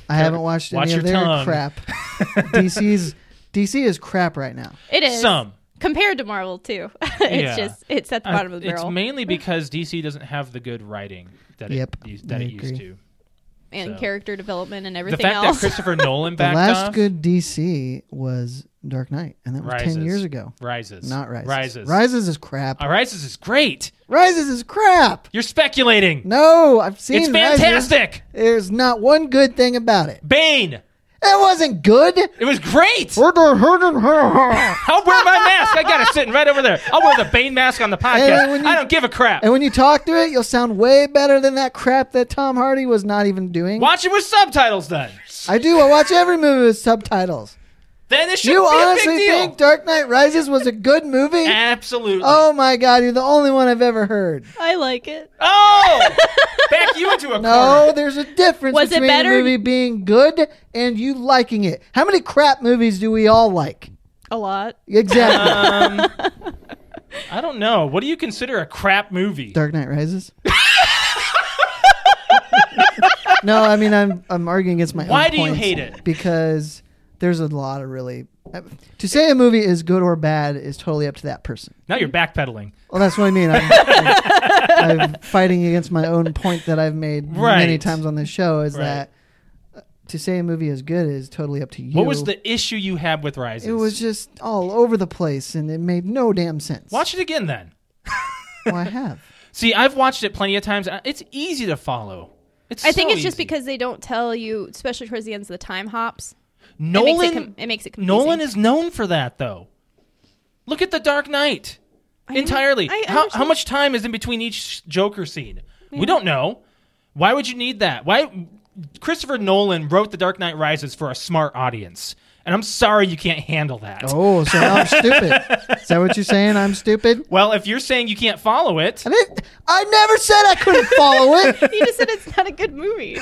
B: I haven't watched
C: Watch
B: any of
C: your
B: their
C: tongue.
B: crap. DC's DC is crap right now.
A: it is
C: some.
A: compared to Marvel too. it's
C: Yeah.
A: just it's at the
C: I-
A: bottom of the
C: Uh, it's
A: barrel.
C: mainly because DC doesn't have the good writing that
B: Yep,
C: it, used- that
B: I
C: it used
B: agree.
C: to.
A: and
C: so.
A: character development and
C: The
A: everything
C: fact
A: else.
C: that Christopher Nolan
B: The
C: backed
B: last
C: off
B: good DC was Dark Knight, and that was
C: Rises.
B: ten years ago.
C: rises.
B: Not Rises.
C: Rises.
B: Rises is crap.
C: Uh, rises is great.
B: Rises is crap.
C: You're speculating.
B: No, I've seen.
C: it's
B: Rises.
C: fantastic.
B: There's not one good thing about it.
C: Bane.
B: It wasn't good.
C: It was great.
B: and
C: I'll wear my mask. I got it sitting right over there. I'll wear the Bane mask on the podcast.
B: when you-
C: I don't give a crap.
B: when you talk to it, you'll sound way better than that crap that Tom Hardy was not even doing.
C: Watch it with subtitles then.
B: I do. I watch every movie with subtitles.
C: Then it should
B: You
C: be
B: honestly
C: a big deal.
B: think Dark Knight Rises was a good movie?
C: Absolutely.
B: Oh my god, you're the only one I've ever heard.
A: I like it.
C: Oh! back you into a
B: No, there's a difference
A: Was it
B: between a
A: better?
B: movie being good and you liking it. How many crap movies do we all like?
A: A lot.
B: Exactly.
C: corner. Um, I don't know. What do you consider a crap movie?
B: Dark Knight Rises. no, I mean I'm I'm arguing against my.
C: Why
B: own
C: do you
B: points
C: hate it?
B: Because there's a lot of really. To say a movie is good or bad is totally up to that person.
C: Now you're backpedaling.
B: Well, that's what I mean. I'm, I'm, I'm fighting against my own point that I've made many
C: Right.
B: times on this show. Is
C: Right.
B: that uh, to say a movie is good is totally up to you.
C: What was the issue you had with Rises?
B: It was just all over the place, and it made no damn sense.
C: Watch it again then.
B: Well, I have.
C: See, I've watched it plenty of times. Uh, It's easy to follow. It's
A: I think
C: so
A: it's just
C: easy.
A: because they don't tell you, especially towards the ends of the time hops.
C: Nolan
A: it makes it, com- it makes it confusing.
C: Nolan is known for that, though. Look at The Dark Knight entirely.
A: I
C: how, how
A: understand.
C: much time is in between each Joker scene? We don't know. Why would you need that? Why? Christopher Nolan wrote The Dark Knight Rises for a smart audience, and I'm sorry you can't handle that.
B: Oh, so I'm stupid. Is that what you're saying? I'm stupid.
C: Well, if you're saying you can't follow it,
B: I didn't. I never said I couldn't follow it.
A: you just said it's not a good movie.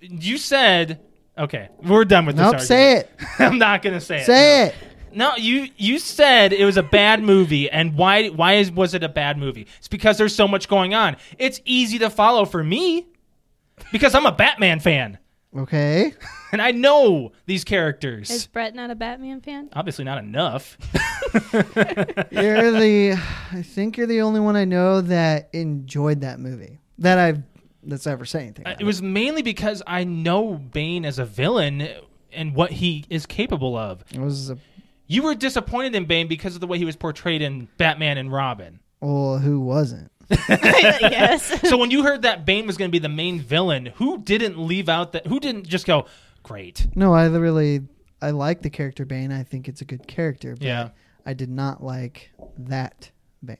C: you said okay. We're done with
B: nope.
C: this.
B: Say it.
C: I'm not gonna say it.
B: Say it.
C: No, you you said it was a bad movie, and why why is, was it a bad movie? It's because there's so much going on. It's easy to follow for me. because I'm a Batman fan
B: Okay.
C: and I know these characters.
A: Is Brett not a Batman fan?
C: Obviously, not enough.
B: You're the I think you're the only one I know that enjoyed that movie. That I've that's ever said anything.
C: Uh,
B: about
C: it was mainly because I know Bane as a villain and what he is capable of.
B: it was a
C: You were disappointed in Bane because of the way he was portrayed in Batman and Robin.
B: well, who wasn't?
A: yes.
C: so when you heard that Bane was going to be the main villain, who didn't leave out that? Who didn't just go, great?
B: No, I really I like the character Bane. I think it's a good character. But
C: Yeah.
B: I did not like that Bane.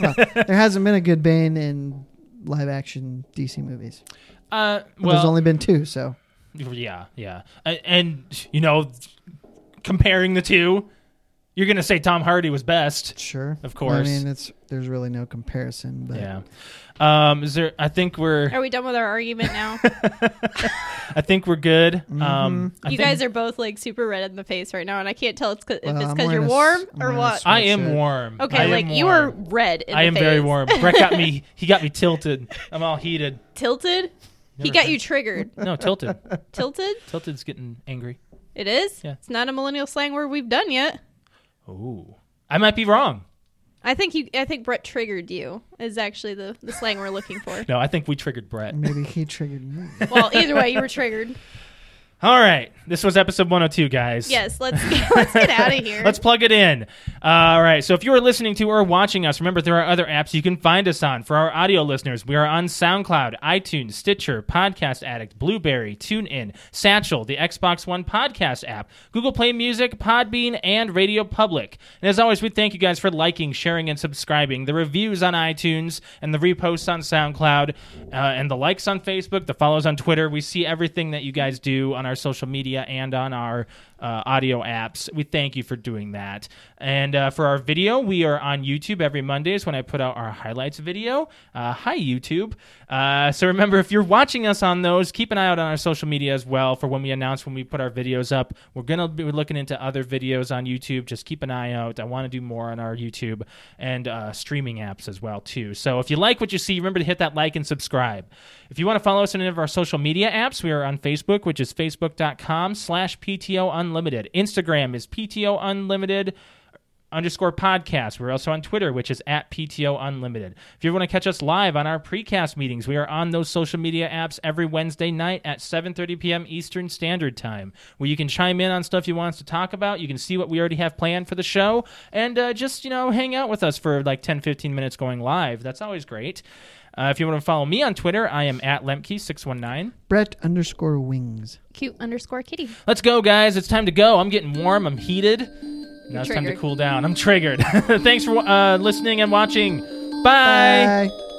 B: Well, there hasn't been a good Bane in live action DC movies.
C: Uh,
B: Well,
C: well,
B: there's only been two, so
C: yeah, yeah, A- and you know, comparing the two, you're going to say Tom Hardy was best.
B: sure.
C: Of course.
B: I mean, it's there's really no comparison, but
C: Yeah. Um, is there? I think we're.
A: Are we done with our argument now?
C: I think we're good. Um, I
A: you
C: think-
A: guys are both like super red in the face right now, and I can't tell it's 'cause- if
B: Well,
A: it's
B: I'm
A: because you're
B: wearing a
A: warm
B: s- I'm
A: or
B: wearing a
A: what.
B: sweater.
C: I am
B: Shit.
C: warm.
A: Okay,
C: I am
A: like you are
C: warm.
A: red. In
C: I
A: the
C: am very
A: face.
C: warm. Brett got me. He got me tilted. I'm all heated.
A: Tilted. He
C: Never
A: got
C: been.
A: you triggered.
C: No, tilted.
A: Tilted.
C: Tilted's getting angry.
A: It is.
C: Yeah.
A: It's not a millennial slang word we've done yet.
C: Ooh. I might be wrong.
A: I think you. I think Brett triggered you. Is actually the, the slang we're looking for.
C: No, I think we triggered Brett.
B: maybe he triggered me.
A: well, either way, you were triggered.
C: All right. This was episode 102, guys.
A: Yes. Let's let's get out of here.
C: Let's plug it in. Uh, All right. So if you are listening to or watching us, remember there are other apps you can find us on. For our audio listeners, we are on SoundCloud, iTunes, Stitcher, Podcast Addict, Blueberry, TuneIn, Satchel, the Xbox One podcast app, Google Play Music, Podbean, and Radio Public. And as always, we thank you guys for liking, sharing, and subscribing. The reviews on iTunes and the reposts on SoundCloud uh, and the likes on Facebook, the follows on Twitter. We see everything that you guys do on our social media and on our uh, audio apps. We thank you for doing that. And uh, for our video, we are on YouTube every Mondays when I put out our highlights video. Uh, hi, YouTube. Uh, so remember, if you're watching us on those, keep an eye out on our social media as well for when we announce when we put our videos up. We're going to be looking into other videos on YouTube. Just keep an eye out. I want to do more on our YouTube and uh, streaming apps as well, too. So if you like what you see, remember to hit that like and subscribe. If you want to follow us on any of our social media apps, we are on Facebook, which is facebook.com slash PTO Unlimited. Instagram is PTO Unlimited underscore podcast. We're also on Twitter, which is at PTO Unlimited. If you want to catch us live on our precast meetings, we are on those social media apps every Wednesday night at 7.30 p.m. Eastern Standard Time, where you can chime in on stuff you want us to talk about. You can see what we already have planned for the show and uh, just, you know, hang out with us for like 10, 15 minutes going live. That's always great. Uh, if you want to follow me on Twitter, I am at Lemke619.
B: Brett underscore wings.
A: Cute underscore kitty.
C: Let's go, guys. It's time to go. I'm getting warm. I'm heated. Now it's time to
A: Triggered.
C: cool down. I'm triggered. Thanks for uh, listening and watching. Bye.
B: Bye.